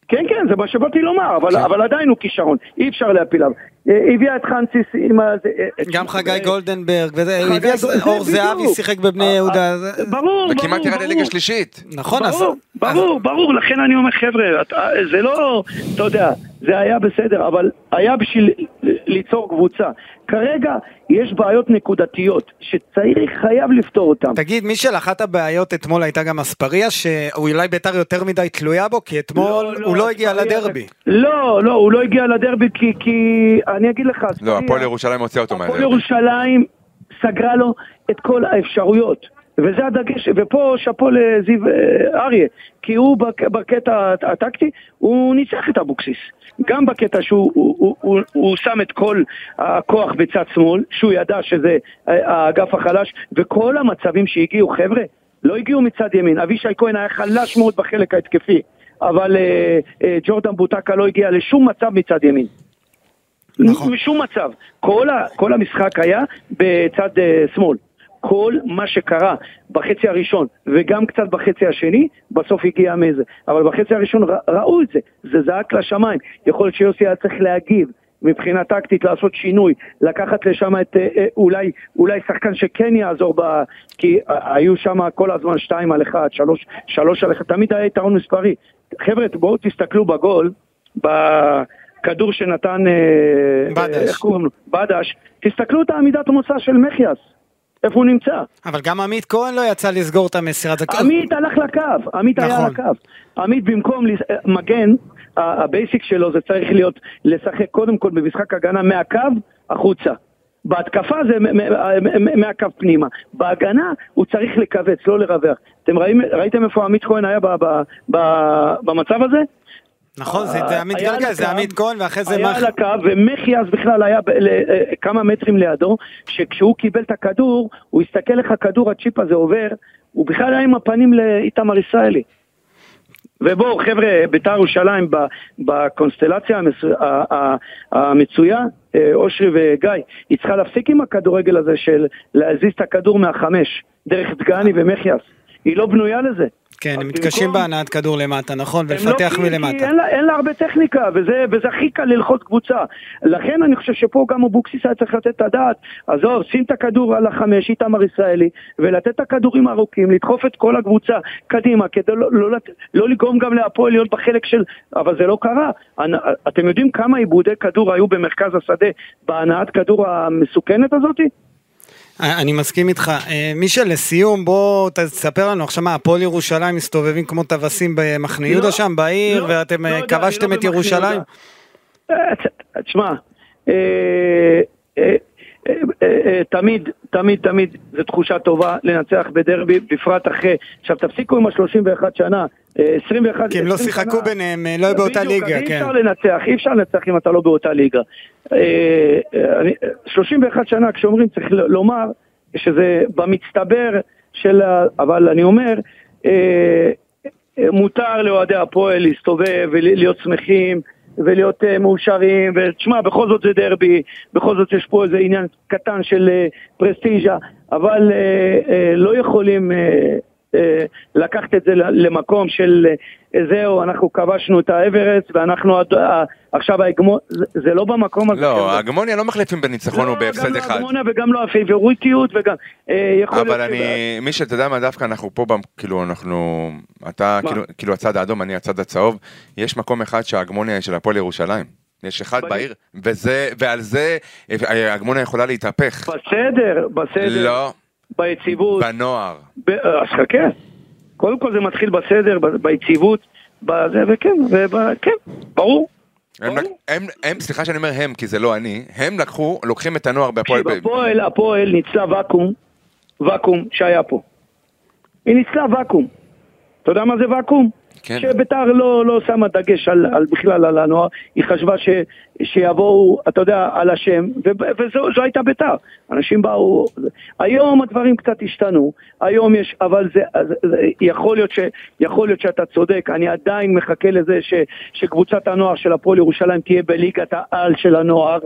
[SPEAKER 4] כן, כן, זה מה שבאתי לומר, אבל, כן. אבל עדיין הוא כישרון, אי אפשר להפיל עליו. אה, הביאה את חנציס עם ה... זה, אה,
[SPEAKER 1] גם
[SPEAKER 4] אה,
[SPEAKER 1] חגי
[SPEAKER 4] אה,
[SPEAKER 1] גולדנברג, וזה,
[SPEAKER 4] חגי
[SPEAKER 1] הביא
[SPEAKER 4] גולדנברג,
[SPEAKER 1] אה, אור
[SPEAKER 4] בדיוק.
[SPEAKER 1] זהבי שיחק בבני
[SPEAKER 4] אה,
[SPEAKER 1] יהודה.
[SPEAKER 4] אה,
[SPEAKER 1] זה-
[SPEAKER 4] ברור, ברור,
[SPEAKER 3] וכמעט ירד
[SPEAKER 4] ברור.
[SPEAKER 3] לליגה שלישית.
[SPEAKER 1] נכון, אז...
[SPEAKER 4] ברור,
[SPEAKER 1] אז-
[SPEAKER 4] ברור, ברור, לכן אני אומר, חבר'ה, את- אה, זה לא, אתה יודע, זה היה בסדר, אבל היה בשביל ליצור קבוצה. כרגע יש בעיות נקודתיות, שצעיר חייב לפתור אותן.
[SPEAKER 1] תגיד, מישל, אחת הבעיות אתמול הייתה גם אספריה, שאולי ביתר יותר מדי תלויה בו, כי אתמול הוא לא הגיע
[SPEAKER 4] אספריה-
[SPEAKER 1] לדרבי.
[SPEAKER 4] לא, לא, הוא לא הגיע לדרבי כי, כי אני אגיד לך,
[SPEAKER 3] לא,
[SPEAKER 4] אספריה-
[SPEAKER 3] הפועל ירושלים הוציאה אותו
[SPEAKER 4] הפועל
[SPEAKER 3] מהדרבי.
[SPEAKER 4] ירושלים סגרה לו את כל האפשרויות. וזה הדגש, ופה שאפו לזיו אה, אריה, כי הוא בק, בקטע הט- הטקטי, הוא ניצח את אבוקסיס. גם בקטע שהוא הוא, הוא, הוא, הוא שם את כל הכוח בצד שמאל, שהוא ידע שזה אה, האגף החלש, וכל המצבים שהגיעו, חבר'ה, לא הגיעו מצד ימין. אבישי כהן היה חלש מאוד בחלק ההתקפי, אבל אה, אה, ג'ורדן בוטקה לא הגיע לשום מצב מצד ימין.
[SPEAKER 1] נכון.
[SPEAKER 4] משום מצב. כל, ה, כל המשחק היה בצד אה, שמאל. כל מה שקרה בחצי הראשון וגם קצת בחצי השני, בסוף הגיע מזה. אבל בחצי הראשון ר, ראו את זה, זה זעק לשמיים. יכול להיות שיוסי היה צריך להגיב, מבחינה טקטית לעשות שינוי, לקחת לשם את אה, אה, אולי, אולי שחקן שכן יעזור ב... כי אה, היו שם כל הזמן שתיים על אחד, שלוש, שלוש על אחד, תמיד היה יתרון מספרי. חבר'ה, בואו תסתכלו בגול, בכדור שנתן... אה,
[SPEAKER 1] בדש.
[SPEAKER 4] אה, איך קוראים לו? בדש. תסתכלו את העמידת מוצא של מחיאס, איפה הוא נמצא.
[SPEAKER 1] אבל גם עמית כהן לא יצא לסגור את המסירה. זה כל-
[SPEAKER 4] עמית הלך לקו, עמית היה
[SPEAKER 1] נכון.
[SPEAKER 4] על הקו. עמית במקום לס- מגן, ה- הבייסיק שלו זה צריך להיות לשחק קודם כל במשחק הגנה מהקו החוצה. בהתקפה זה מ- אה, מ- מ- מהקו פנימה. בהגנה הוא צריך לכווץ, לא לרווח. אתם ראים, ראיתם איפה עמית כהן היה ב- ב- ב- במצב הזה?
[SPEAKER 1] נכון, זה זה
[SPEAKER 4] היה
[SPEAKER 1] עמית
[SPEAKER 4] על
[SPEAKER 1] גלגל, זה
[SPEAKER 4] הקו,
[SPEAKER 1] עמית כהן, ואחרי זה
[SPEAKER 4] היה
[SPEAKER 1] מח...
[SPEAKER 4] על הקו, ומחי אז בכלל היה ב- ל- אה, כמה מטרים לידו, שכשהוא קיבל את הכדור, הוא הסתכל איך הכדור, הצ'יפ הזה עובר, הוא בכלל היה עם הפנים לאיתמר ישראלי. ובואו, חבר'ה, בית"ר ירושלים, ב- בקונסטלציה המסו- ה- ה- המצויה, אה, אושרי וגיא, היא צריכה להפסיק עם הכדורגל הזה של להזיז את הכדור מהחמש, דרך דגני ומחיאס. היא לא בנויה לזה.
[SPEAKER 1] כן,
[SPEAKER 4] אז
[SPEAKER 1] הם מתקשים
[SPEAKER 4] במקום-
[SPEAKER 1] בהנעת כדור למטה, נכון?
[SPEAKER 4] הם לא-
[SPEAKER 1] ולפתח
[SPEAKER 4] כי- כי
[SPEAKER 1] מלמטה.
[SPEAKER 4] אין לה- אין לה הרבה טכניקה, וזה וזה הכי קל ללחוץ קבוצה. לכן אני חושב שפה גם אבוקסיס היה צריך לתת את הדעת. עזוב, שים את הכדור על החמש, איתמר ישראלי, ולתת את הכדורים הארוכים, לדחוף את כל הקבוצה קדימה, כדי לא- לא לת- לא לגרום גם להפועל להיות בחלק של... אבל זה לא קרה. אנ- אתם יודעים כמה עיבודי כדור היו במרכז השדה בהנעת כדור המסוכנת הזאת?
[SPEAKER 1] אה, אני מסכים איתך. אה, מישל, לסיום, בוא ת- תספר לנו עכשיו מה, הפועל ירושלים מסתובבים כמו טווסים במחנה יהודה
[SPEAKER 4] לא,
[SPEAKER 1] שם בעיר,
[SPEAKER 4] לא,
[SPEAKER 1] ואתם
[SPEAKER 4] לא
[SPEAKER 1] אה,
[SPEAKER 4] יודע,
[SPEAKER 1] כבשתם
[SPEAKER 4] אני לא
[SPEAKER 1] את
[SPEAKER 4] במחנה
[SPEAKER 1] ירושלים?
[SPEAKER 4] אה, ת- תשמע, אה, אה, אה, אה, תמיד, תמיד, תמיד זו תחושה טובה לנצח בדרבי, בפרט אחרי. עכשיו תפסיקו עם ה-31 שנה, אה, 21...
[SPEAKER 1] כי הם לא
[SPEAKER 4] 20
[SPEAKER 1] שיחקו
[SPEAKER 4] שנה.
[SPEAKER 1] ביניהם, אה, לא באותה
[SPEAKER 4] בדיוק, אז
[SPEAKER 1] ליגה,
[SPEAKER 4] אי
[SPEAKER 1] כן.
[SPEAKER 4] אפשר לנצח, אי אפשר לנצח אם אתה לא באותה ליגה. אה, אה, אני- 31 שנה, כשאומרים, צריך ל- לומר שזה במצטבר של ה... אבל אני אומר, אה, אה, מותר לאוהדי הפועל להסתובב ולהיות שמחים ולהיות אה, מאושרים, ותשמע, בכל זאת זה דרבי, בכל זאת יש פה איזה עניין קטן של אה, פרסטיז'ה, אבל אה, אה, לא יכולים... אה, אה, לקחת את זה ל- למקום של אה, זהו, אנחנו כבשנו את האברסט ואנחנו עד- אה, עכשיו ההגמון, זה- זה לא במקום הזה.
[SPEAKER 3] לא,
[SPEAKER 4] חבר'ה.
[SPEAKER 3] ההגמוניה לא מחליפים בניצחון או
[SPEAKER 4] גם
[SPEAKER 3] בהפסד
[SPEAKER 4] לא
[SPEAKER 3] אחד.
[SPEAKER 4] ההגמוניה וגם לא הפייבוריטיות וגם אה, יכול
[SPEAKER 3] אבל
[SPEAKER 4] להיות ש-
[SPEAKER 3] אני, מי שאתה יודע מה, דווקא אנחנו פה, במ- כאילו אנחנו, אתה
[SPEAKER 4] מה?
[SPEAKER 3] כאילו- כאילו הצד האדום, אני הצד הצהוב, יש מקום אחד שההגמוניה היא של הפועל ירושלים. יש אחד
[SPEAKER 4] אבל-
[SPEAKER 3] בעיר, וזה, ועל זה אה, ההגמוניה יכולה להתהפך.
[SPEAKER 4] בסדר, בסדר,
[SPEAKER 3] לא,
[SPEAKER 4] ביציבות,
[SPEAKER 3] בנוער.
[SPEAKER 4] ב- אה, אז חכה, קודם כל זה מתחיל בסדר, ב- ביציבות, בזה, וכן, וב- כן, ברור.
[SPEAKER 3] הם, לק-
[SPEAKER 4] ברור.
[SPEAKER 3] הם, הם, סליחה שאני אומר הם, כי זה לא אני, הם לקחו, לוקחים את הנוער בהפועל...
[SPEAKER 4] תקשיב, הפועל, הפועל ניצלה ואקום, ואקום שהיה פה. היא ניצלה ואקום. אתה יודע מה זה ואקום?
[SPEAKER 3] כן.
[SPEAKER 4] שביתר לא, לא שמה דגש על, על בכלל על הנוער, היא חשבה ש, שיבואו, אתה יודע, על השם, ו, וזו זו הייתה ביתר. אנשים באו, היום הדברים קצת השתנו, היום יש, אבל זה, אז- זה יכול, להיות ש, יכול להיות שאתה צודק, אני עדיין מחכה לזה ש, שקבוצת הנוער של הפועל ירושלים תהיה בליגת העל של הנוער.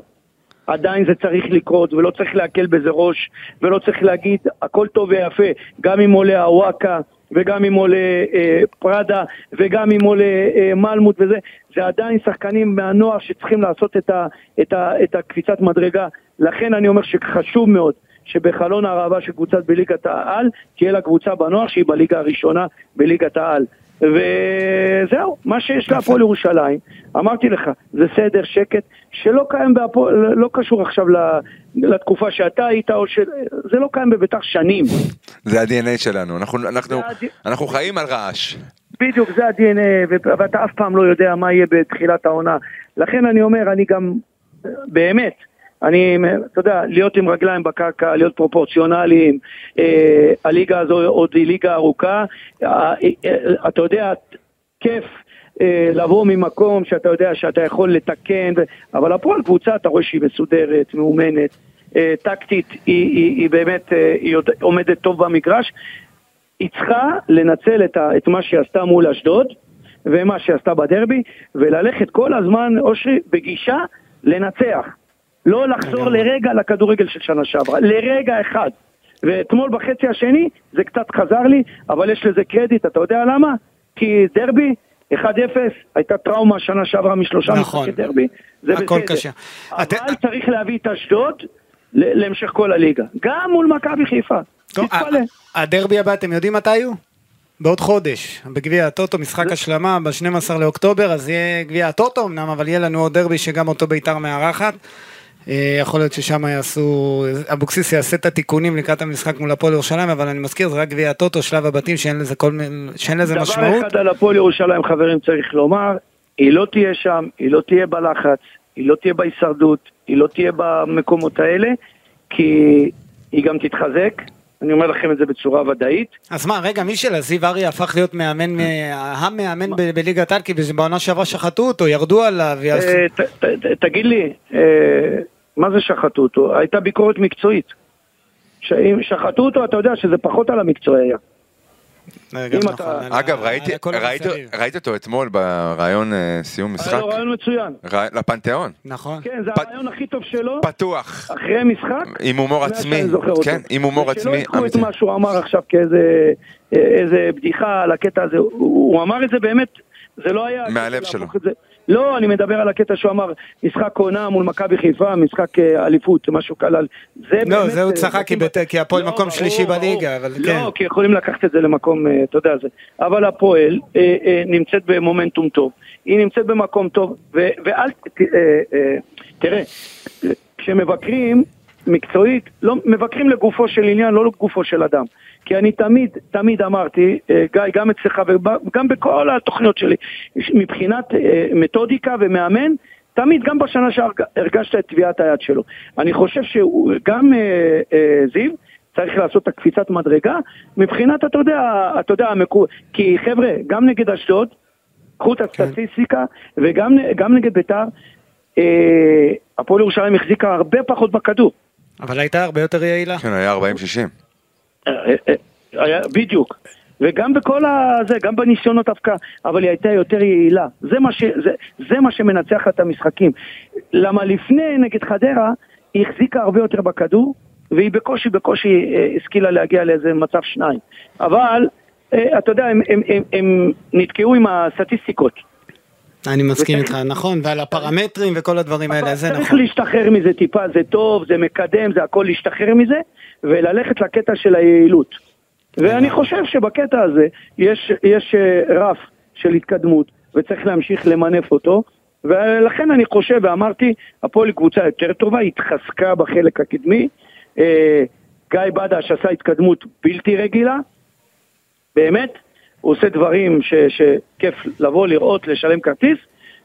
[SPEAKER 4] עדיין זה צריך לקרות, ולא צריך להקל בזה ראש, ולא צריך להגיד, הכל טוב ויפה, גם אם עולה הוואקה, וגם אם עולה אה, פראדה, וגם אם עולה אה, מלמוט וזה, זה עדיין שחקנים מהנוער שצריכים לעשות את, ה, את, ה, את הקפיצת מדרגה. לכן אני אומר שחשוב מאוד שבחלון הערבה של קבוצת בליגת העל, תהיה לה קבוצה בנוער שהיא בליגה הראשונה בליגת העל. וזהו, מה שיש להפועל ירושלים, אמרתי לך, זה סדר, שקט, שלא קיים בהפועל, לא קשור עכשיו ל- לתקופה שאתה היית, או של... זה לא קיים בביתר שנים.
[SPEAKER 3] זה ה-DNA שלנו, אנחנו, אנחנו,
[SPEAKER 4] זה ה-D-
[SPEAKER 3] אנחנו חיים על רעש.
[SPEAKER 4] בדיוק, זה ה-DNA, ו- ואתה אף פעם לא יודע מה יהיה בתחילת העונה. לכן אני אומר, אני גם, באמת, אני, אתה יודע, להיות עם רגליים בקרקע, להיות פרופורציונליים, אה, הליגה הזו עוד היא ליגה ארוכה, אה, אה, אה, אתה יודע, כיף. אה, לבוא ממקום שאתה יודע שאתה יכול לתקן, ו- אבל הפועל קבוצה אתה רואה שהיא מסודרת, מאומנת, אה, טקטית, היא, היא, היא באמת אה, היא יודע- עומדת טוב במגרש, היא צריכה לנצל את, ה, את מה שהיא עשתה מול אשדוד ומה שהיא עשתה בדרבי וללכת כל הזמן, אושרי, בגישה לנצח. לא לחזור לרגע לכדורגל של שנה שעברה, לרגע אחד. ואתמול בחצי השני זה קצת חזר לי, אבל יש לזה קרדיט, אתה יודע למה? כי דרבי 1-0, הייתה טראומה שנה שעברה משלושה
[SPEAKER 1] נכון.
[SPEAKER 4] משחקי דרבי, זה
[SPEAKER 1] הכל
[SPEAKER 4] בסדר.
[SPEAKER 1] קשה.
[SPEAKER 4] אבל
[SPEAKER 1] את-
[SPEAKER 4] צריך להביא את אשדוד ל- להמשך כל הליגה, גם מול מכבי חיפה.
[SPEAKER 1] טוב,
[SPEAKER 4] תתפלא.
[SPEAKER 1] ה- הדרבי הבא, אתם יודעים מתי הוא? בעוד חודש, בגביע הטוטו, משחק השלמה ב-12 לאוקטובר, אז יהיה גביע הטוטו אמנם, אבל יהיה לנו עוד דרבי שגם אותו בית"ר מארחת. אה, יכול להיות ששם יעשו, אבוקסיס יעשה את התיקונים לקראת המשחק מול הפועל ירושלים, אבל אני מזכיר, זה רק גביע הטוטו, שלב הבתים, שאין לזה, כל, מ- שאין לזה
[SPEAKER 4] דבר
[SPEAKER 1] משמעות.
[SPEAKER 4] אחד על הפועל ירושלים, חברים, צריך לומר, היא לא תהיה שם, היא לא תהיה בלחץ, היא לא תהיה בהישרדות, היא לא תהיה במקומות האלה, כי היא גם תתחזק, אני אומר לכם את זה בצורה ודאית.
[SPEAKER 1] אז מה, רגע, מי של זיו אריה הפך להיות מאמן, אה, המאמן ב- בליגת העל, כי בעונה שעברה שחטו אותו, ירדו עליו, יעשו-
[SPEAKER 4] אה, ת- ת- ת- תגיד לי, אה, מה זה שחטו אותו? הייתה ביקורת מקצועית. שאם שחטו אותו, אתה יודע שזה פחות על המקצועי היה.
[SPEAKER 1] זה גם
[SPEAKER 4] אם
[SPEAKER 1] נכון,
[SPEAKER 4] אתה-
[SPEAKER 1] על ה-
[SPEAKER 3] אגב, ראיתי-
[SPEAKER 1] על הכל
[SPEAKER 3] ראית-
[SPEAKER 1] מסביב.
[SPEAKER 3] ראית אותו אתמול ברעיון אה, סיום
[SPEAKER 4] היה
[SPEAKER 3] משחק?
[SPEAKER 4] לו רעיון מצוין.
[SPEAKER 3] רע- לפנתיאון.
[SPEAKER 1] נכון.
[SPEAKER 4] כן, זה
[SPEAKER 3] פ-
[SPEAKER 4] הרעיון הכי טוב שלו,
[SPEAKER 3] פתוח.
[SPEAKER 4] אחרי משחק.
[SPEAKER 3] עם הומור
[SPEAKER 4] מאז
[SPEAKER 3] עצמי.
[SPEAKER 4] שאני זוכר אותו.
[SPEAKER 3] כן, עם הומור
[SPEAKER 4] שלא
[SPEAKER 3] עצמי.
[SPEAKER 4] ייקחו את
[SPEAKER 3] אמיתי.
[SPEAKER 4] מה שהוא אמר עכשיו כאיזה איזה בדיחה על הקטע הזה, הוא- הוא אמר את זה באמת, זה לא היה...
[SPEAKER 3] מהלב
[SPEAKER 4] להפוך
[SPEAKER 3] שלו.
[SPEAKER 4] את זה- לא, אני מדבר על הקטע שהוא אמר, משחק עונה מול מכבי חיפה, משחק אה, אליפות, משהו כלל. זה
[SPEAKER 1] לא,
[SPEAKER 4] באמת,
[SPEAKER 1] זה הוא
[SPEAKER 4] אה,
[SPEAKER 1] צחק כי בת- כי הפועל
[SPEAKER 4] לא,
[SPEAKER 1] מקום
[SPEAKER 4] ברור,
[SPEAKER 1] שלישי
[SPEAKER 4] ברור.
[SPEAKER 1] בליגה, אבל כן.
[SPEAKER 4] לא, כי יכולים לקחת את זה למקום, אה, אתה יודע, זה. אבל הפועל אה, אה, נמצאת במומנטום טוב, היא נמצאת במקום טוב, ו- ואל... ת- אה, אה, תראה, כשמבקרים, מקצועית, לא, מבקרים לגופו של עניין, לא לגופו של אדם. כי אני תמיד, תמיד אמרתי, אה, גיא, גם אצלך וגם בכל התוכניות שלי, ש- מבחינת אה, מתודיקה ומאמן, תמיד, גם בשנה שהרגשת את טביעת היד שלו. אני חושב שגם אה, אה, זיו צריך לעשות את הקפיצת מדרגה, מבחינת, אתה יודע, אתה יודע, המקו... כי חבר'ה, גם נגד אשדוד, קחו את הסטטיסטיקה, וגם גם נגד ביתר, אה, הפועל ירושלים החזיקה הרבה פחות בכדור.
[SPEAKER 1] אבל הייתה הרבה יותר יעילה.
[SPEAKER 3] כן, היה 40-60.
[SPEAKER 4] אה, אה, אה, היה- בדיוק. וגם בכל ה... זה, גם בניסיונות דווקא, אבל היא הייתה יותר יעילה. זה מה, ש... זה, זה מה שמנצח את המשחקים. למה לפני, נגד חדרה, היא החזיקה הרבה יותר בכדור, והיא בקושי בקושי אה, השכילה להגיע לאיזה מצב שניים. אבל, אה, אתה יודע, הם, הם, הם, הם נתקעו עם הסטטיסטיקות.
[SPEAKER 1] אני מסכים איתך, נכון, ועל הפרמטרים וכל הדברים האלה, זה
[SPEAKER 4] צריך
[SPEAKER 1] נכון.
[SPEAKER 4] להשתחרר מזה טיפה, זה טוב, זה מקדם, זה הכל להשתחרר מזה, וללכת לקטע של היעילות. ואני חושב שבקטע הזה יש, יש אה, רף של התקדמות, וצריך להמשיך למנף אותו, ולכן אני חושב, ואמרתי, הפועל היא קבוצה יותר טובה, היא התחזקה בחלק הקדמי. אה, גיא בדש עשה התקדמות בלתי רגילה, באמת, הוא עושה דברים ש- שכיף לבוא, לראות, לשלם כרטיס,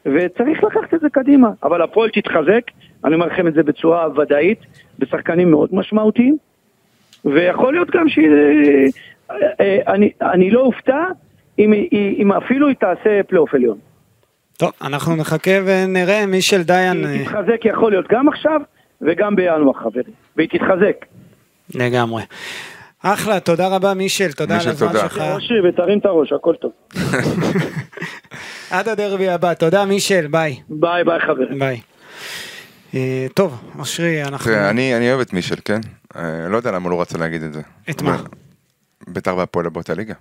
[SPEAKER 4] וצריך לקחת את זה קדימה. אבל הפועל תתחזק, אני אומר לכם את זה בצורה ודאית, בשחקנים מאוד משמעותיים, ויכול להיות גם שהיא... אה, אה, אני, אני לא אופתע אם, היא- אם אפילו היא תעשה פלייאוף עליון.
[SPEAKER 1] טוב, אנחנו נחכה ונראה, מישל דיין אה,
[SPEAKER 4] היא תתחזק יכול להיות גם עכשיו וגם בינואר חברים, והיא תתחזק.
[SPEAKER 1] לגמרי. אחלה, תודה רבה מישל, תודה על
[SPEAKER 3] מישל,
[SPEAKER 1] הזמן
[SPEAKER 3] תודה.
[SPEAKER 1] שלך.
[SPEAKER 4] ראשי ותרים את הראש, הכל טוב.
[SPEAKER 1] עד הדרבי הבא, תודה מישל, ביי.
[SPEAKER 4] ביי ביי חברים.
[SPEAKER 1] ביי. אה, טוב, אושרי, אנחנו...
[SPEAKER 3] תראה, אני אני אוהב את מישל, כן? אה, לא יודע למה הוא לא רצה להגיד את זה.
[SPEAKER 1] את מה?
[SPEAKER 3] ביתר והפועל באותה ליגה.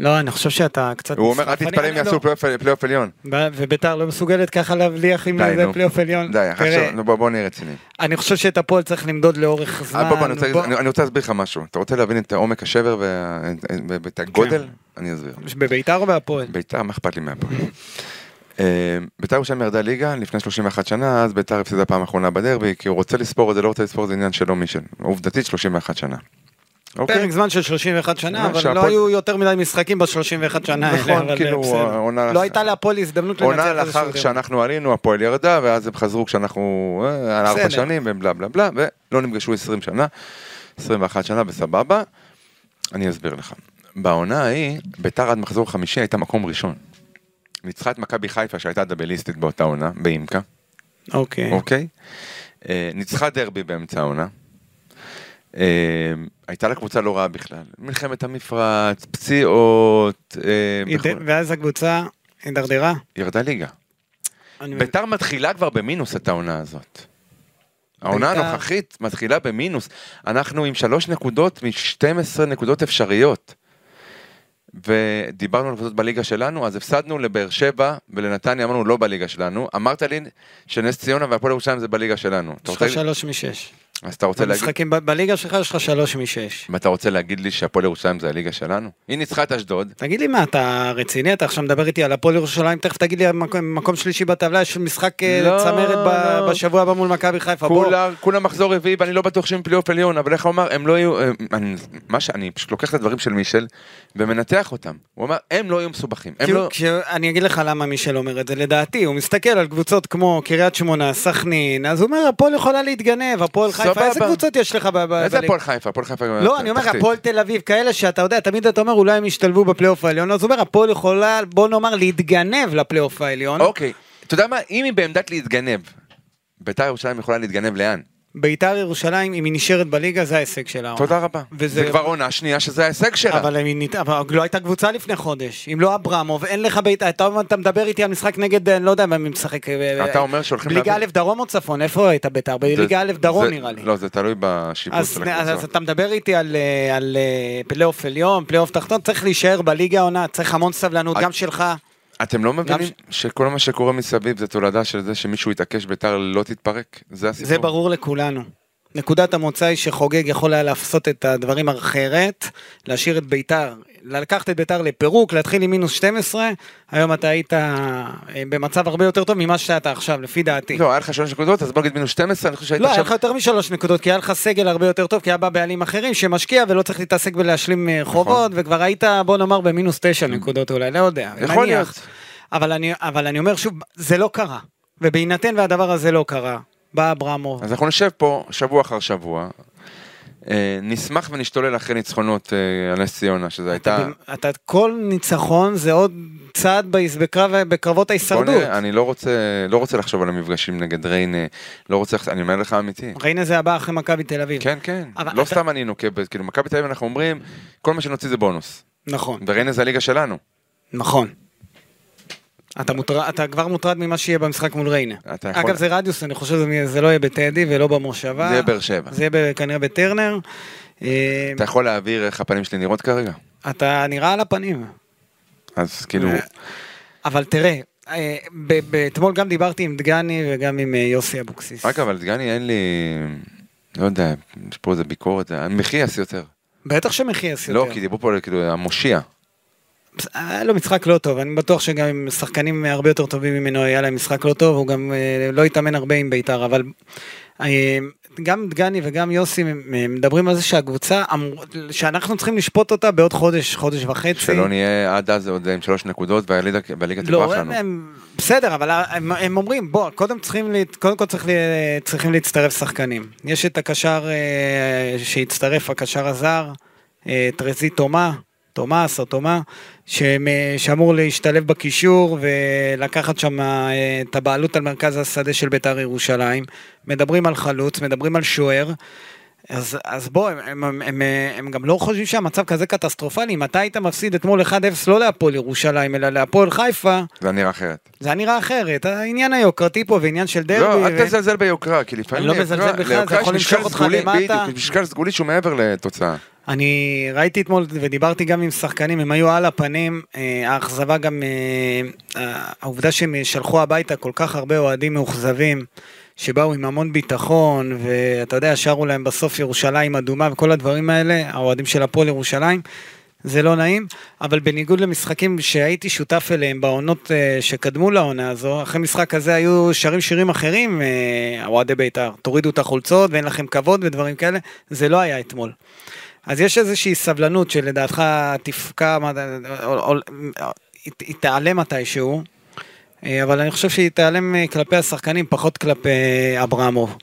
[SPEAKER 1] לא, אני חושב שאתה קצת...
[SPEAKER 3] הוא אומר, אל
[SPEAKER 1] נסחף.
[SPEAKER 3] תתפלא
[SPEAKER 1] אני-
[SPEAKER 3] אם
[SPEAKER 1] אני לא.
[SPEAKER 3] יעשו פלייאוף- פלייאוף עליון.
[SPEAKER 1] ב- וביתר לא מסוגלת ככה להבליח עם
[SPEAKER 3] די,
[SPEAKER 1] איזה
[SPEAKER 3] נו.
[SPEAKER 1] פלייאוף עליון.
[SPEAKER 3] די,
[SPEAKER 1] תראה,
[SPEAKER 3] עכשיו, נו, בוא בוא נהיה רציניים.
[SPEAKER 1] אני חושב שאת הפועל צריך למדוד לאורך זמן.
[SPEAKER 3] אה, בוא, בוא, אני רוצה-
[SPEAKER 1] בוא-
[SPEAKER 3] אני- אני רוצה להסביר לך משהו. אתה רוצה להבין את עומק השבר וה- וה- ואת הגודל?
[SPEAKER 1] כן.
[SPEAKER 3] אני אסביר.
[SPEAKER 1] בביתר או בהפועל?
[SPEAKER 3] ביתר, מה אכפת לי מהפועל? אה, ביתר ירושלים ירדה ליגה לפני 31 שנה, אז ביתר הפסידה פעם אחרונה בדרבי, כי הוא רוצה לספור את זה, לא רוצה לספור את זה עניין שלו מישל. עובדתית 31 שנה. אוקיי?
[SPEAKER 1] פרק זמן של 31 שנה,
[SPEAKER 3] אה,
[SPEAKER 1] אבל
[SPEAKER 3] שהפועל-
[SPEAKER 1] לא היו יותר מדי משחקים ב-31 שנה האלה.
[SPEAKER 3] נכון,
[SPEAKER 1] אבל אה,
[SPEAKER 3] כאילו,
[SPEAKER 1] בסדר.
[SPEAKER 3] העונה-
[SPEAKER 1] לא הייתה להפועל הזדמנות לנצח
[SPEAKER 3] עונה
[SPEAKER 1] איזשהו
[SPEAKER 3] לאחר
[SPEAKER 1] דבר.
[SPEAKER 3] שאנחנו עלינו, הפועל ירדה, ואז הם חזרו כשאנחנו אה, על ארבע
[SPEAKER 1] בסדר.
[SPEAKER 3] שנים, ובלה בלה בלה, ולא נפגשו 20 שנה, 21 שנה, וסבבה. אני אסביר לך. בעונה ההיא, ביתר עד מחזור חמישי הייתה מקום ראשון. ניצחה את מכבי חיפה שהייתה דאבליסטית באותה עונה, באימקה,
[SPEAKER 1] אוקיי.
[SPEAKER 3] אוקיי? אה, ניצחה דרבי באמצע העונה. אה, הייתה לה קבוצה לא רעה בכלל. מלחמת המפרץ, פציעות, אה,
[SPEAKER 1] היא ד-
[SPEAKER 3] בכל-
[SPEAKER 1] ואז הקבוצה הידרדרה.
[SPEAKER 3] ירדה ליגה.
[SPEAKER 1] אני-
[SPEAKER 3] ביתר מתחילה כבר במינוס את העונה הזאת. העונה
[SPEAKER 1] ביתר-
[SPEAKER 3] הנוכחית מתחילה במינוס. אנחנו עם שלוש נקודות מ-12 נקודות אפשריות. ודיברנו על קבוצות בליגה שלנו, אז הפסדנו לבאר שבע ולנתניה, אמרנו לא בליגה שלנו. אמרת לי שנס ציונה והפועל ירושלים זה בליגה שלנו. אתה
[SPEAKER 1] יש
[SPEAKER 3] רוצה
[SPEAKER 1] לך
[SPEAKER 3] להגיד-
[SPEAKER 1] שלוש משש.
[SPEAKER 3] אז אתה רוצה להגיד...
[SPEAKER 1] במשחקים ב- בליגה שלך יש לך שלוש משש.
[SPEAKER 3] ואתה רוצה להגיד לי שהפועל ירושלים זה הליגה שלנו? היא ניצחה את אשדוד,
[SPEAKER 1] תגיד לי מה, אתה רציני? אתה עכשיו מדבר איתי על הפועל ירושלים, תכף תגיד לי על מקום, מקום שלישי בטבלה, יש משחק אה,
[SPEAKER 3] לא,
[SPEAKER 1] צמרת ב-
[SPEAKER 3] לא.
[SPEAKER 1] בשבוע הבא מול מכבי חיפה. בוא,
[SPEAKER 3] כולם כולם מחזור רביעי ואני לא בטוח שהם פלייאוף עליון, אבל איך הוא אמר, הם לא יהיו, הם- אני- מה ש- אני פשוט לוקח את הדברים של מישל ומנתח אותם. הוא אמר, הם לא יהיו מסובכים, הם
[SPEAKER 1] כי הוא-
[SPEAKER 3] לא...
[SPEAKER 1] כאילו, כש- אני אגיד לך למה מישל אומר את זה, לדעתי, הוא מסתכל על קבוצות כמו קריית שמונה, סכנין, אז הוא אומר, הפועל יכולה להתגנב, הפועל חיפה,
[SPEAKER 3] סבבה.
[SPEAKER 1] איזה קבוצות יש לך ב- ב- בליגה?
[SPEAKER 3] איזה הפועל חיפה? הפועל חיפה...
[SPEAKER 1] לא, אני אומר,
[SPEAKER 3] תחתית.
[SPEAKER 1] הפועל תל אביב, כאלה שאתה יודע, תמיד אתה אומר, אולי הם ישתלבו בפלייאוף העליון, אז הוא אומר, הפועל יכולה, בוא נאמר, להתגנב לפלייאוף העליון.
[SPEAKER 3] אוקיי, אתה יודע מה, אם היא בעמדת להתגנב, ביתר ירושלים יכולה להתגנב לאן?
[SPEAKER 1] ביתר ירושלים, אם היא נשארת בליגה, זה ההישג שלה.
[SPEAKER 3] תודה רבה.
[SPEAKER 1] נכון. וזה-
[SPEAKER 3] זה כבר עונה שנייה שזה ההישג שלה.
[SPEAKER 1] אבל היא נת- אבל לא הייתה קבוצה לפני חודש. אם לא אברמוב, אין לך ביתר, אתה אתה מדבר איתי על משחק נגד, אני לא יודע מה מי משחק. אה,
[SPEAKER 3] אתה אומר שהולכים
[SPEAKER 1] בליגה א'
[SPEAKER 3] להביא-
[SPEAKER 1] דרום או צפון? איפה הייתה ביתר?
[SPEAKER 3] זה-
[SPEAKER 1] בליגה א' דרום
[SPEAKER 3] זה-
[SPEAKER 1] נראה לי.
[SPEAKER 3] לא, זה תלוי בשיפוט
[SPEAKER 1] אז,
[SPEAKER 3] של
[SPEAKER 1] אז, אז
[SPEAKER 3] הקבוצות.
[SPEAKER 1] אתה מדבר איתי על, אה, על אה, פלייאוף עליון, פלייאוף תחתון, צריך להישאר בליגה העונה, צריך המון סבלנות,
[SPEAKER 3] את-
[SPEAKER 1] גם שלך.
[SPEAKER 3] אתם לא מבינים
[SPEAKER 1] ש-
[SPEAKER 3] שכל מה שקורה מסביב זה תולדה של זה שמישהו יתעקש ביתר לא תתפרק? זה הסיפור.
[SPEAKER 1] זה ברור לכולנו. נקודת המוצא היא שחוגג יכול היה לעשות את הדברים אחרת, להשאיר את ביתר, לקחת את ביתר לפירוק, להתחיל עם מינוס 12, היום אתה היית אה, במצב הרבה יותר טוב ממה שאתה עכשיו, לפי דעתי.
[SPEAKER 3] לא, היה לך שלוש נקודות, אז בוא נגיד מינוס 12, אני חושב שהיית
[SPEAKER 1] לא, היה לך
[SPEAKER 3] עכשיו...
[SPEAKER 1] יותר משלוש נקודות, כי היה לך סגל הרבה יותר טוב, כי היה בא בעלים אחרים שמשקיע ולא צריך להתעסק בלהשלים
[SPEAKER 3] נכון.
[SPEAKER 1] אה, חובות, וכבר היית, בוא נאמר, במינוס תשע נקודות אולי, לא יודע.
[SPEAKER 3] כן. יכול
[SPEAKER 1] נניח.
[SPEAKER 3] להיות.
[SPEAKER 1] אבל אני- אבל אני אומר שוב, זה לא קרה. ובהינתן והדבר הזה לא קרה, בא אברמוב.
[SPEAKER 3] אז אנחנו נשב פה שבוע אחר שבוע, אה, נשמח ונשתולל אחרי ניצחונות אה, על נס ציונה, שזה הייתה...
[SPEAKER 1] אתה- אתה, כל ניצחון זה עוד צעד באיז- בקרב- בקרבות
[SPEAKER 3] בוא
[SPEAKER 1] ההישרדות.
[SPEAKER 3] נראה, אני לא רוצה, לא רוצה לחשוב על המפגשים נגד ריינה, לא רוצה, אני אומר לך אמיתי.
[SPEAKER 1] ריינה זה הבא אחרי מכבי תל אביב.
[SPEAKER 3] כן, כן,
[SPEAKER 1] אוקיי. אבל
[SPEAKER 3] לא
[SPEAKER 1] אתה-
[SPEAKER 3] סתם אני נוקב, כאילו מכבי תל אביב אנחנו אומרים, כל מה שנוציא זה בונוס,
[SPEAKER 1] נכון,
[SPEAKER 3] וריינה זה הליגה שלנו.
[SPEAKER 1] נכון. אתה, מוטרד, אתה כבר מוטרד ממה שיהיה במשחק מול ריינה.
[SPEAKER 3] אתה יכול-
[SPEAKER 1] אגב, זה רדיוס, אני חושב שזה זה לא יהיה בטדי ולא במושבה.
[SPEAKER 3] זה יהיה באר שבע.
[SPEAKER 1] זה יהיה ב- כנראה בטרנר. אה,
[SPEAKER 3] אתה יכול להעביר איך הפנים שלי נראות כרגע?
[SPEAKER 1] אתה נראה על הפנים.
[SPEAKER 3] אז כאילו,
[SPEAKER 1] אה, אבל תראה, אה, ב- ב- אתמול גם דיברתי עם דגני וגם עם אה, יוסי אבוקסיס.
[SPEAKER 3] אגב, על דגני אין לי, לא יודע, יש פה איזה ביקורת, אני מכעיס יותר.
[SPEAKER 1] בטח שמכייס יותר.
[SPEAKER 3] לא, כי דיברו פה על כאילו המושיע.
[SPEAKER 1] היה לו משחק לא טוב, אני בטוח שגם עם שחקנים הרבה יותר טובים ממנו היה להם משחק לא טוב, הוא גם אה, לא התאמן הרבה עם בית"ר, אבל אה, גם דגני וגם יוסי הם- הם מדברים על זה שהקבוצה, אמור- שאנחנו צריכים לשפוט אותה בעוד חודש, חודש וחצי.
[SPEAKER 3] שלא נהיה עד אז עוד עם שלוש נקודות והליגה והליגה
[SPEAKER 1] לא,
[SPEAKER 3] תברח
[SPEAKER 1] הם,
[SPEAKER 3] לנו.
[SPEAKER 1] הם, בסדר, אבל הם, הם אומרים, בוא, קודם צריכים, להת- קודם כל צריך, לה- צריכים להצטרף שחקנים. יש את הקשר אה, שהצטרף, הקשר הזר, אה, טרזי תומה, תומאס או תומה, שהם, אה, שאמור להשתלב בקישור ולקחת שם אה, את הבעלות על מרכז השדה של בית"ר ירושלים. מדברים על חלוץ, מדברים על שוער. אז, אז בוא, הם, הם, הם, הם, הם גם לא חושבים שהמצב כזה קטסטרופלי. אם אתה היית מפסיד אתמול 1-0 לא להפועל ירושלים, אלא להפועל חיפה,
[SPEAKER 3] זה נראה אחרת.
[SPEAKER 1] זה היה נראה אחרת. העניין היוקרתי פה ועניין של דרבי. ו-
[SPEAKER 3] לא, אל תזלזל ביוקרה, כי לפעמים
[SPEAKER 1] אני לא מזלזל
[SPEAKER 3] ליוקרה-
[SPEAKER 1] בכלל, זה
[SPEAKER 3] ליוקרה יש
[SPEAKER 1] יכול
[SPEAKER 3] משקל
[SPEAKER 1] למשוך אותך
[SPEAKER 3] סגולי,
[SPEAKER 1] למטה.
[SPEAKER 3] בדיוק, יש משקל סגולי שהוא מעבר לתוצאה.
[SPEAKER 1] אני ראיתי אתמול ודיברתי גם עם שחקנים, הם היו על הפנים, אה, האכזבה גם, אה, העובדה שהם שלחו הביתה כל כך הרבה אוהדים מאוכזבים, שבאו עם המון ביטחון, ואתה יודע, שרו להם בסוף ירושלים אדומה וכל הדברים האלה, האוהדים של הפועל ירושלים. זה לא נעים, אבל בניגוד למשחקים שהייתי שותף אליהם בעונות אה, שקדמו לעונה הזו, אחרי משחק כזה היו שרים שירים אחרים, אה, אוהדי בית"ר, תורידו את החולצות ואין לכם כבוד ודברים כאלה, זה לא היה אתמול. אז יש איזושהי סבלנות שלדעתך תפקע, מה- או- או- היא- היא תיעלם מתישהו, אה, אבל אני חושב שהיא תיעלם אה, כלפי השחקנים, פחות כלפי אברמוב.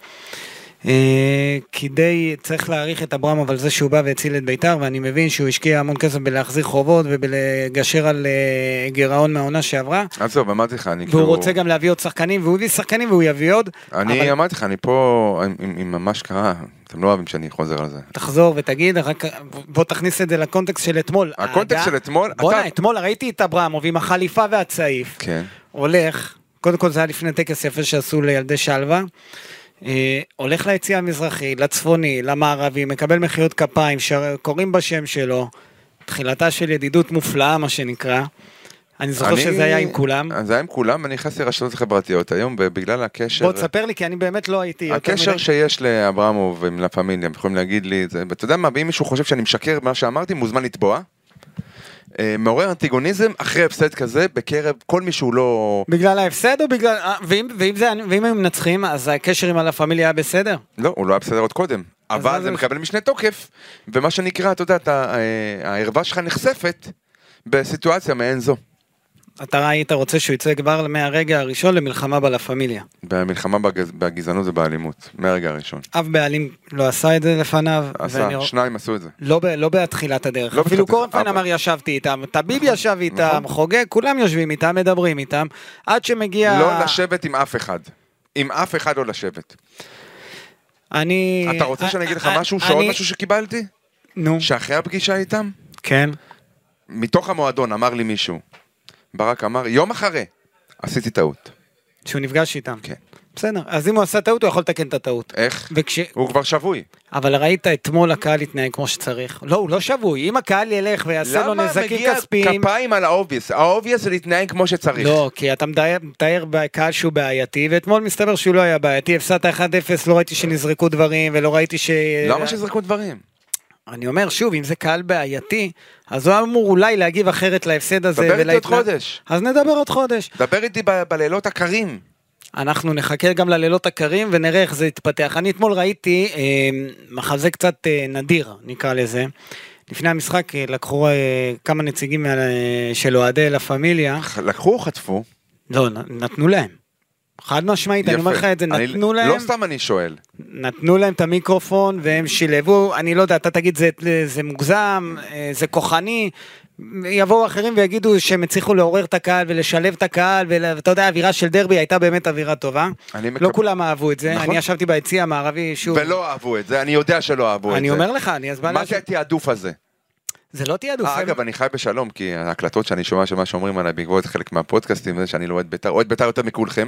[SPEAKER 1] אה, כי די צריך להעריך את אברמוב על זה שהוא בא והציל את ביתר, ואני מבין שהוא השקיע המון כסף בלהחזיר חובות ובלגשר על אה, גירעון מהעונה שעברה,
[SPEAKER 3] עזוב, אמרתי לך, אני
[SPEAKER 1] והוא
[SPEAKER 3] כאילו...
[SPEAKER 1] רוצה גם להביא עוד שחקנים, והוא הביא שחקנים והוא יביא עוד. אבל-
[SPEAKER 3] אני אמרתי לך, אני פה, אם- אם אם ממש קרה, אתם לא אוהבים שאני חוזר על זה.
[SPEAKER 1] תחזור ותגיד, רק בוא תכניס את זה לקונטקסט של אתמול.
[SPEAKER 3] הקונטקסט
[SPEAKER 1] האהדה-
[SPEAKER 3] של אתמול,
[SPEAKER 1] בואנה,
[SPEAKER 3] אתה-
[SPEAKER 1] אתמול ראיתי את אברמוב עם החליפה והצעיף.
[SPEAKER 3] כן.
[SPEAKER 1] הולך, קודם כל זה היה לפני טקס יפה שעשו לילדי שלווה. אה, הולך ליציא המזרחי, לצפוני, למערבי, מקבל מחיאות כפיים, שר- קוראים בשם שלו. תחילתה של ידידות מופלאה, מה שנקרא. אני זוכר
[SPEAKER 3] אני-
[SPEAKER 1] שזה היה עם כולם.
[SPEAKER 3] זה היה עם כולם, אני נכנסתי לרשתות החברתיות היום, בגלל הקשר...
[SPEAKER 1] בוא תספר לי, כי אני באמת לא הייתי... יותר
[SPEAKER 3] הקשר
[SPEAKER 1] מדי-
[SPEAKER 3] שיש לאברמוב עם לה פמיליה, הם יכולים להגיד לי את זה, ואתה יודע מה, ואם מישהו חושב שאני משקר במה שאמרתי, מוזמן לתבוע. אה, מעורר אנטיגוניזם אחרי הפסד כזה בקרב כל מי שהוא לא...
[SPEAKER 1] בגלל ההפסד או בגלל... אה, ואם, ואם, זה, ואם היו מנצחים, אז הקשר עם הלה פמיליה היה בסדר?
[SPEAKER 3] לא, הוא לא היה בסדר עוד קודם,
[SPEAKER 1] אז מה
[SPEAKER 3] אבל
[SPEAKER 1] זה
[SPEAKER 3] זה
[SPEAKER 1] משנה?
[SPEAKER 3] מקבל משנה תוקף, ומה שנקרא, אתה יודע, אתה, אה, הערווה שלך נחשפת בסיטואציה מעין זו.
[SPEAKER 1] אתה היית רוצה שהוא יצא כבר מהרגע הראשון למלחמה בלה פמיליה.
[SPEAKER 3] במלחמה בגז- בגזענות ובאלימות, מהרגע הראשון.
[SPEAKER 1] אף בעלים לא עשה את זה לפניו. ואני-
[SPEAKER 3] עשה, שניים עשו את זה.
[SPEAKER 1] לא, ב- לא בתחילת הדרך,
[SPEAKER 3] לא
[SPEAKER 1] אפילו
[SPEAKER 3] בתחילת הדרך,
[SPEAKER 1] קורנפיין
[SPEAKER 3] אבל-
[SPEAKER 1] אמר ישבתי איתם, טביב ישב איתם,
[SPEAKER 3] נכון.
[SPEAKER 1] חוגג, כולם יושבים איתם, מדברים איתם, עד שמגיע...
[SPEAKER 3] לא לשבת עם אף אחד. עם אף אחד לא לשבת.
[SPEAKER 1] אני...
[SPEAKER 3] אתה רוצה שאני אגיד לך משהו, שעוד
[SPEAKER 1] אה, אני-
[SPEAKER 3] משהו שקיבלתי?
[SPEAKER 1] נו,
[SPEAKER 3] שאחרי הפגישה איתם,
[SPEAKER 1] כן.
[SPEAKER 3] מתוך המועדון אמר לי מישהו, ברק אמר, יום אחרי, עשיתי טעות.
[SPEAKER 1] שהוא נפגש איתם.
[SPEAKER 3] כן.
[SPEAKER 1] בסדר, אז אם הוא עשה טעות, הוא יכול לתקן את הטעות.
[SPEAKER 3] איך?
[SPEAKER 1] וכש...
[SPEAKER 3] הוא כבר שבוי.
[SPEAKER 1] אבל ראית אתמול הקהל התנהג כמו שצריך. לא, הוא לא שבוי, אם הקהל ילך ויעשה לו
[SPEAKER 3] למה
[SPEAKER 1] נזקים
[SPEAKER 3] מגיע
[SPEAKER 1] כספיים...
[SPEAKER 3] כפיים על האובייס? האובייס זה להתנהג כמו שצריך.
[SPEAKER 1] לא, כי אתה מתאר- מתאר בקהל שהוא בעייתי, ואתמול מסתבר שהוא לא היה בעייתי, הפסדת 1-0, לא ראיתי שנזרקו דברים, ולא ראיתי ש...
[SPEAKER 3] למה שזרקו דברים?
[SPEAKER 1] אני אומר שוב, אם זה קהל בעייתי, אז הוא אמור אולי להגיב אחרת להפסד הזה.
[SPEAKER 3] דבר איתי
[SPEAKER 1] ולהתנ-
[SPEAKER 3] עוד חודש.
[SPEAKER 1] אז נדבר עוד חודש.
[SPEAKER 3] דבר איתי ב- בלילות הקרים.
[SPEAKER 1] אנחנו נחכה גם ללילות הקרים ונראה איך זה יתפתח. אני אתמול ראיתי אה, מחזה קצת אה, נדיר, נקרא לזה. לפני המשחק אה, לקחו אה, כמה נציגים מה- אה, של אוהדי לה פמיליה.
[SPEAKER 3] לקחו, חטפו.
[SPEAKER 1] לא, נ- נתנו להם. חד משמעית, אני
[SPEAKER 3] יפה.
[SPEAKER 1] אומר לך את זה,
[SPEAKER 3] אני-
[SPEAKER 1] נתנו להם.
[SPEAKER 3] לא סתם אני שואל.
[SPEAKER 1] נתנו להם את המיקרופון והם שילבו, אני לא יודע, אתה תגיד זה, זה מוגזם, אה, זה כוחני, יבואו אחרים ויגידו שהם הצליחו לעורר את הקהל ולשלב את הקהל, ואתה יודע, האווירה של דרבי הייתה באמת אווירה טובה.
[SPEAKER 3] אני מקב-
[SPEAKER 1] לא כולם אהבו את זה,
[SPEAKER 3] נכון.
[SPEAKER 1] אני ישבתי ביציע המערבי, שוב,
[SPEAKER 3] ולא אהבו את זה, אני יודע שלא אהבו את זה.
[SPEAKER 1] אני אומר לך, אני אז בא
[SPEAKER 3] מה
[SPEAKER 1] להשאיר,
[SPEAKER 3] זה התעדוף הזה?
[SPEAKER 1] זה לא תעדוף,
[SPEAKER 3] אה,
[SPEAKER 1] הם-
[SPEAKER 3] אגב, אני חי בשלום, כי ההקלטות שאני שומע של מה שאומרים עליי בעקבות חלק מהפודקאסטים, זה שאני לא אוהד בית"ר, אוהד בית"ר יותר מכולכם,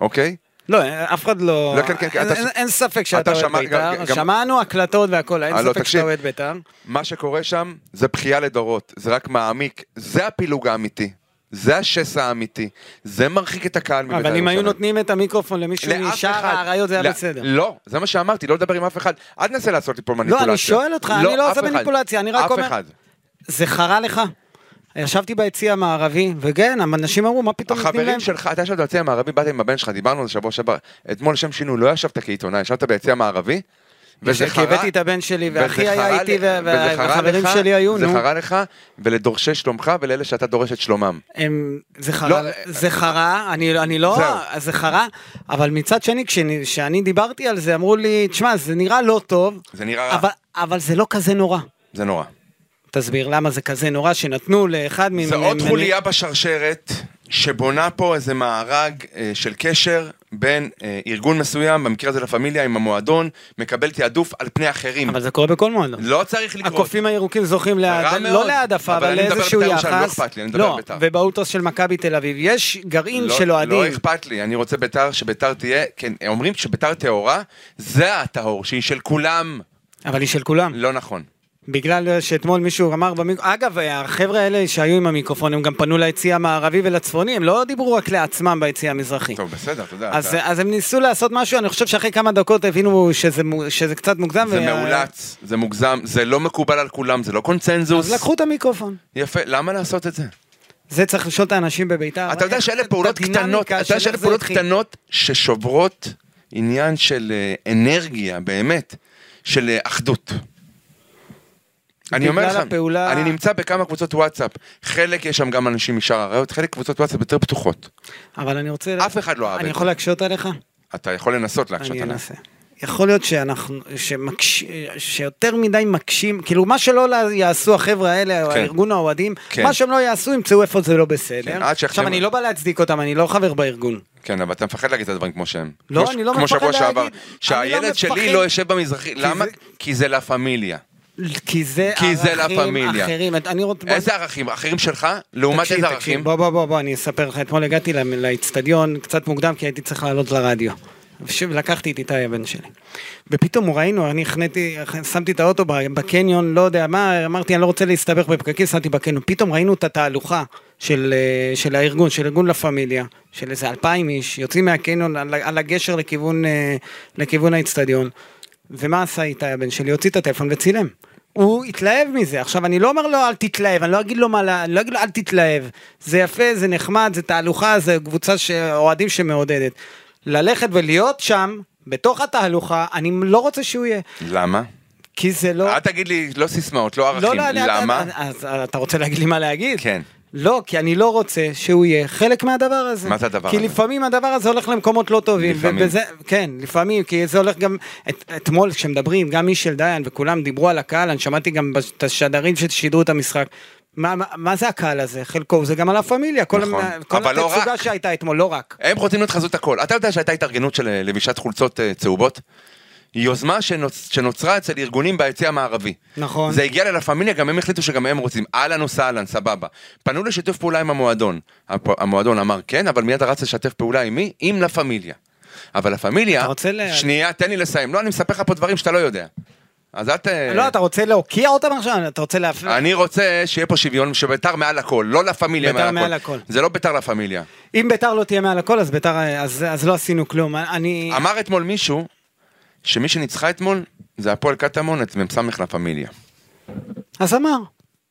[SPEAKER 3] אוקיי?
[SPEAKER 1] לא, אף אחד לא,
[SPEAKER 3] לא, כן, כן, כן,
[SPEAKER 1] אין-
[SPEAKER 3] אתה-
[SPEAKER 1] אין- אין ספק שאתה
[SPEAKER 3] אתה
[SPEAKER 1] אוהד
[SPEAKER 3] שמע-
[SPEAKER 1] בית"ר,
[SPEAKER 3] גם- גם-
[SPEAKER 1] שמענו הקלטות והכל, אין
[SPEAKER 3] אה, לא,
[SPEAKER 1] ספק
[SPEAKER 3] תקשיב.
[SPEAKER 1] שאתה אוהד בית"ר,
[SPEAKER 3] מה שקורה שם זה בכייה לדורות, זה רק מעמיק, זה הפילוג האמיתי, זה השסע האמיתי, זה מרחיק את הקהל מבית"ר
[SPEAKER 1] אבל אם היו
[SPEAKER 3] ירושלים.
[SPEAKER 1] נותנים את המיקרופון למישהו
[SPEAKER 3] לא לאף
[SPEAKER 1] משאר
[SPEAKER 3] אחד-
[SPEAKER 1] האריות זה היה
[SPEAKER 3] לא-
[SPEAKER 1] בסדר. לא,
[SPEAKER 3] לא, זה מה שאמרתי, לא לדבר עם אף אחד. אל תנסה לעשות לי פה מניפולציה.
[SPEAKER 1] אני שואל אותך, אני לא
[SPEAKER 3] אף
[SPEAKER 1] עושה
[SPEAKER 3] אחד.
[SPEAKER 1] מניפולציה, אני רק אומר-
[SPEAKER 3] אף אחד.
[SPEAKER 1] זה חרה לך? ישבתי ביציע המערבי, וכן, אנשים אמרו, מה פתאום נותנים להם?
[SPEAKER 3] החברים שלך, אתה ישבת ביציע המערבי, באתי עם הבן שלך, דיברנו על זה שבוע שעבר. אתמול לשם שינוי לא ישבת כעיתונאי, ישבת ביציע המערבי, וזה
[SPEAKER 1] כי
[SPEAKER 3] חרה...
[SPEAKER 1] הבאתי את הבן שלי,
[SPEAKER 3] וזה
[SPEAKER 1] ואחי
[SPEAKER 3] חרה
[SPEAKER 1] היה איתי,
[SPEAKER 3] ל-
[SPEAKER 1] וה-
[SPEAKER 3] וזה חרה
[SPEAKER 1] והחברים
[SPEAKER 3] לך-
[SPEAKER 1] שלי היו,
[SPEAKER 3] זה
[SPEAKER 1] נו.
[SPEAKER 3] חרה לך ולדורשי שלומך ולאלה שאתה דורש את שלומם.
[SPEAKER 1] הם- זה חרה,
[SPEAKER 3] לא,
[SPEAKER 1] זה חרה, אני אני לא,
[SPEAKER 3] זהו.
[SPEAKER 1] זה חרה, אבל מצד שני, כשאני- כשאני דיברתי על זה, אמרו לי, תשמע, זה נראה לא טוב,
[SPEAKER 3] זה נראה רע.
[SPEAKER 1] אבל- אבל זה לא כזה נורא.
[SPEAKER 3] זה נורא. תסביר.
[SPEAKER 1] תסביר למה זה כזה נורא, שנתנו לאחד מ...
[SPEAKER 3] זה עוד
[SPEAKER 1] מ-
[SPEAKER 3] חוליה בשרשרת שבונה פה איזה מארג אה, של קשר בין אה, ארגון מסוים, במקרה הזה לה פמיליה, עם המועדון, מקבל תעדוף על פני אחרים.
[SPEAKER 1] אבל זה קורה בכל מועדון.
[SPEAKER 3] לא צריך לקרות.
[SPEAKER 1] הקופים הירוקים זוכים להעד...
[SPEAKER 3] רע
[SPEAKER 1] לא
[SPEAKER 3] מאוד,
[SPEAKER 1] להעדפה,
[SPEAKER 3] אבל
[SPEAKER 1] אבל
[SPEAKER 3] אני מדבר
[SPEAKER 1] לאיזשהו
[SPEAKER 3] בית"ר ירושלים, לא
[SPEAKER 1] יחס.
[SPEAKER 3] אכפת לי, אני מדבר בית"ר.
[SPEAKER 1] ובאוטוס של מכבי תל אביב יש גרעין
[SPEAKER 3] לא-
[SPEAKER 1] של
[SPEAKER 3] לא
[SPEAKER 1] אוהדים.
[SPEAKER 3] אכפת לי, אני רוצה ביתר, שביתר תהיה, כן, אומרים שביתר טהורה, זה הטהור, שהיא של כולם.
[SPEAKER 1] אבל היא של כולם.
[SPEAKER 3] לא נכון.
[SPEAKER 1] בגלל שאתמול מישהו אמר במיקרופון, אגב, החבר'ה האלה שהיו עם המיקרופון, הם גם פנו ליציע המערבי ולצפוני, הם לא דיברו רק לעצמם ביציע המזרחי.
[SPEAKER 3] טוב, בסדר, אתה יודע.
[SPEAKER 1] אז,
[SPEAKER 3] אתה-
[SPEAKER 1] אז הם ניסו לעשות משהו, אני חושב שאחרי כמה דקות הבינו שזה, מו- שזה קצת מוגזם.
[SPEAKER 3] זה
[SPEAKER 1] וה-
[SPEAKER 3] מאולץ, זה מוגזם, זה לא מקובל על כולם, זה לא קונצנזוס.
[SPEAKER 1] אז לקחו את המיקרופון.
[SPEAKER 3] יפה, למה לעשות את זה?
[SPEAKER 1] זה צריך לשאול את האנשים בביתר.
[SPEAKER 3] אתה יודע
[SPEAKER 1] איך-
[SPEAKER 3] שאלה
[SPEAKER 1] את
[SPEAKER 3] פעולות
[SPEAKER 1] הדינמיקה
[SPEAKER 3] קטנות,
[SPEAKER 1] של
[SPEAKER 3] אתה יודע
[SPEAKER 1] איך
[SPEAKER 3] שאלה
[SPEAKER 1] זה
[SPEAKER 3] פעולות
[SPEAKER 1] התחיל.
[SPEAKER 3] קטנות ששוברות עניין של אה, אנרגיה, באמת, של אה, אחדות. אני אומר
[SPEAKER 1] בגלל
[SPEAKER 3] לך,
[SPEAKER 1] הפעולה-
[SPEAKER 3] אני נמצא בכמה קבוצות וואטסאפ, חלק יש שם גם אנשים משאר הראיות, חלק קבוצות וואטסאפ יותר פתוחות.
[SPEAKER 1] אבל אני רוצה...
[SPEAKER 3] אף אחד לא אהב
[SPEAKER 1] אני
[SPEAKER 3] את
[SPEAKER 1] יכול
[SPEAKER 3] זה.
[SPEAKER 1] להקשות עליך?
[SPEAKER 3] אתה יכול לנסות להקשות
[SPEAKER 1] אני
[SPEAKER 3] עליי.
[SPEAKER 1] אנסה. יכול להיות שאנחנו, שמקש... שיותר מדי מקשים, כאילו מה שלא לא יעשו החבר'ה האלה, או
[SPEAKER 3] כן.
[SPEAKER 1] ארגון האוהדים,
[SPEAKER 3] כן.
[SPEAKER 1] מה שהם לא יעשו ימצאו איפה זה לא בסדר.
[SPEAKER 3] כן, עד שאחרי-
[SPEAKER 1] עכשיו אני לא בא להצדיק אותם, אני לא חבר בארגון.
[SPEAKER 3] כן, אבל אתה מפחד להגיד את הדברים כמו שהם.
[SPEAKER 1] לא,
[SPEAKER 3] כמו ש-
[SPEAKER 1] אני לא
[SPEAKER 3] כמו
[SPEAKER 1] מפחד
[SPEAKER 3] שבוע שעבר,
[SPEAKER 1] להגיד. אני לא
[SPEAKER 3] שהילד
[SPEAKER 1] מפחד.
[SPEAKER 3] שלי לא יושב במזרחי, למה?
[SPEAKER 1] זה-
[SPEAKER 3] כי זה לה פמיליה.
[SPEAKER 1] כי זה
[SPEAKER 3] כי זה לה
[SPEAKER 1] ערכים
[SPEAKER 3] פמיליה.
[SPEAKER 1] אחרים. את- אני רוצ... בוא-
[SPEAKER 3] איזה ערכים? אחרים שלך? לעומת
[SPEAKER 1] תקשיב,
[SPEAKER 3] איזה
[SPEAKER 1] תקשיב,
[SPEAKER 3] ערכים?
[SPEAKER 1] בוא בוא בוא בוא, אני אספר לך, אתמול הגעתי לאצטדיון קצת מוקדם כי הייתי צריך לעלות לרדיו. ושוב, לקחתי את איתי הבן שלי. ופתאום הוא ראינו, אני החניתי, שמתי את האוטו בקניון, לא יודע מה, אמרתי, אני לא רוצה להסתבך בפקקים, שמתי בקניון. פתאום ראינו את התהלוכה של, אה, של הארגון, של ארגון לה פמיליה, של איזה אלפיים איש, יוצאים מהקניון על, על הגשר לכיוון, אה, לכיוון האיצטדיון. ומה עשה איתי הבן שלי? הוציא את הטלפון וצילם. הוא התלהב מזה. עכשיו, אני לא אומר לו אל תתלהב, אני לא אגיד לו מה, לה- אני לא אגיד לו אל תתלהב. זה יפה, זה נחמד, זה תהלוכה, זה קבוצה ש- אוהדים שמעודדת. ללכת ולהיות שם, בתוך התהלוכה, אני לא רוצה שהוא יהיה.
[SPEAKER 3] למה?
[SPEAKER 1] כי זה לא...
[SPEAKER 3] אל תגיד לי, לא סיסמאות, לא
[SPEAKER 1] לא,
[SPEAKER 3] ערכים.
[SPEAKER 1] לא, אני-
[SPEAKER 3] למה?
[SPEAKER 1] אז אה, אתה רוצה להגיד לי מה להגיד?
[SPEAKER 3] כן.
[SPEAKER 1] לא, כי אני לא רוצה שהוא יהיה חלק מהדבר הזה.
[SPEAKER 3] מה זה הדבר
[SPEAKER 1] כי
[SPEAKER 3] הזה?
[SPEAKER 1] לפעמים הדבר הזה הולך למקומות לא טובים.
[SPEAKER 3] לפעמים.
[SPEAKER 1] ובזה, כן, לפעמים, כי זה הולך גם... את, אתמול כשמדברים, גם מישל דיין וכולם דיברו על הקהל, אני שמעתי גם בש- את השדרים ששידרו את המשחק. מה, מה, מה זה הקהל הזה? חלקו זה גם על הפמיליה, כל,
[SPEAKER 3] נכון.
[SPEAKER 1] המ- כל
[SPEAKER 3] אבל לא
[SPEAKER 1] התצוגה
[SPEAKER 3] רק.
[SPEAKER 1] שהייתה אתמול, לא רק.
[SPEAKER 3] הם רוצים להיות חזות הכל. אתה יודע שהייתה התארגנות של אה, לבישת חולצות אה, צהובות? יוזמה שנוצ... שנוצרה אצל ארגונים ביציע המערבי.
[SPEAKER 1] נכון.
[SPEAKER 3] זה הגיע ללה פמיליה, גם הם החליטו שגם הם רוצים. אהלן וסהלן, סבבה. פנו לשיתוף פעולה עם המועדון. הפ... המועדון אמר כן, אבל מיד רץ לשתף פעולה עם מי? עם לה פמיליה. אבל לה פמיליה...
[SPEAKER 1] אתה רוצה ל-
[SPEAKER 3] שנייה, תן לי לסיים. לא, אני מספר לך פה דברים שאתה לא יודע. אז אל ת...
[SPEAKER 1] לא, אתה רוצה להוקיע אותם עכשיו? אתה רוצה להפ...
[SPEAKER 3] אה. אני רוצה שיהיה פה שוויון, שביתר מעל הכל, לא לה פמיליה
[SPEAKER 1] בית"ר
[SPEAKER 3] מעל
[SPEAKER 1] מעל
[SPEAKER 3] הכל.
[SPEAKER 1] הכל.
[SPEAKER 3] זה לא ביתר לה פמיליה.
[SPEAKER 1] אם ביתר לא תהיה מעל הכל, אז ביתר... אז, אז לא עשינו כלום. אני...
[SPEAKER 3] אמר אתמול מישהו, שמי שניצחה אתמול, זה הפועל קטמון, את מ"ס לה פמיליה.
[SPEAKER 1] אז אמר.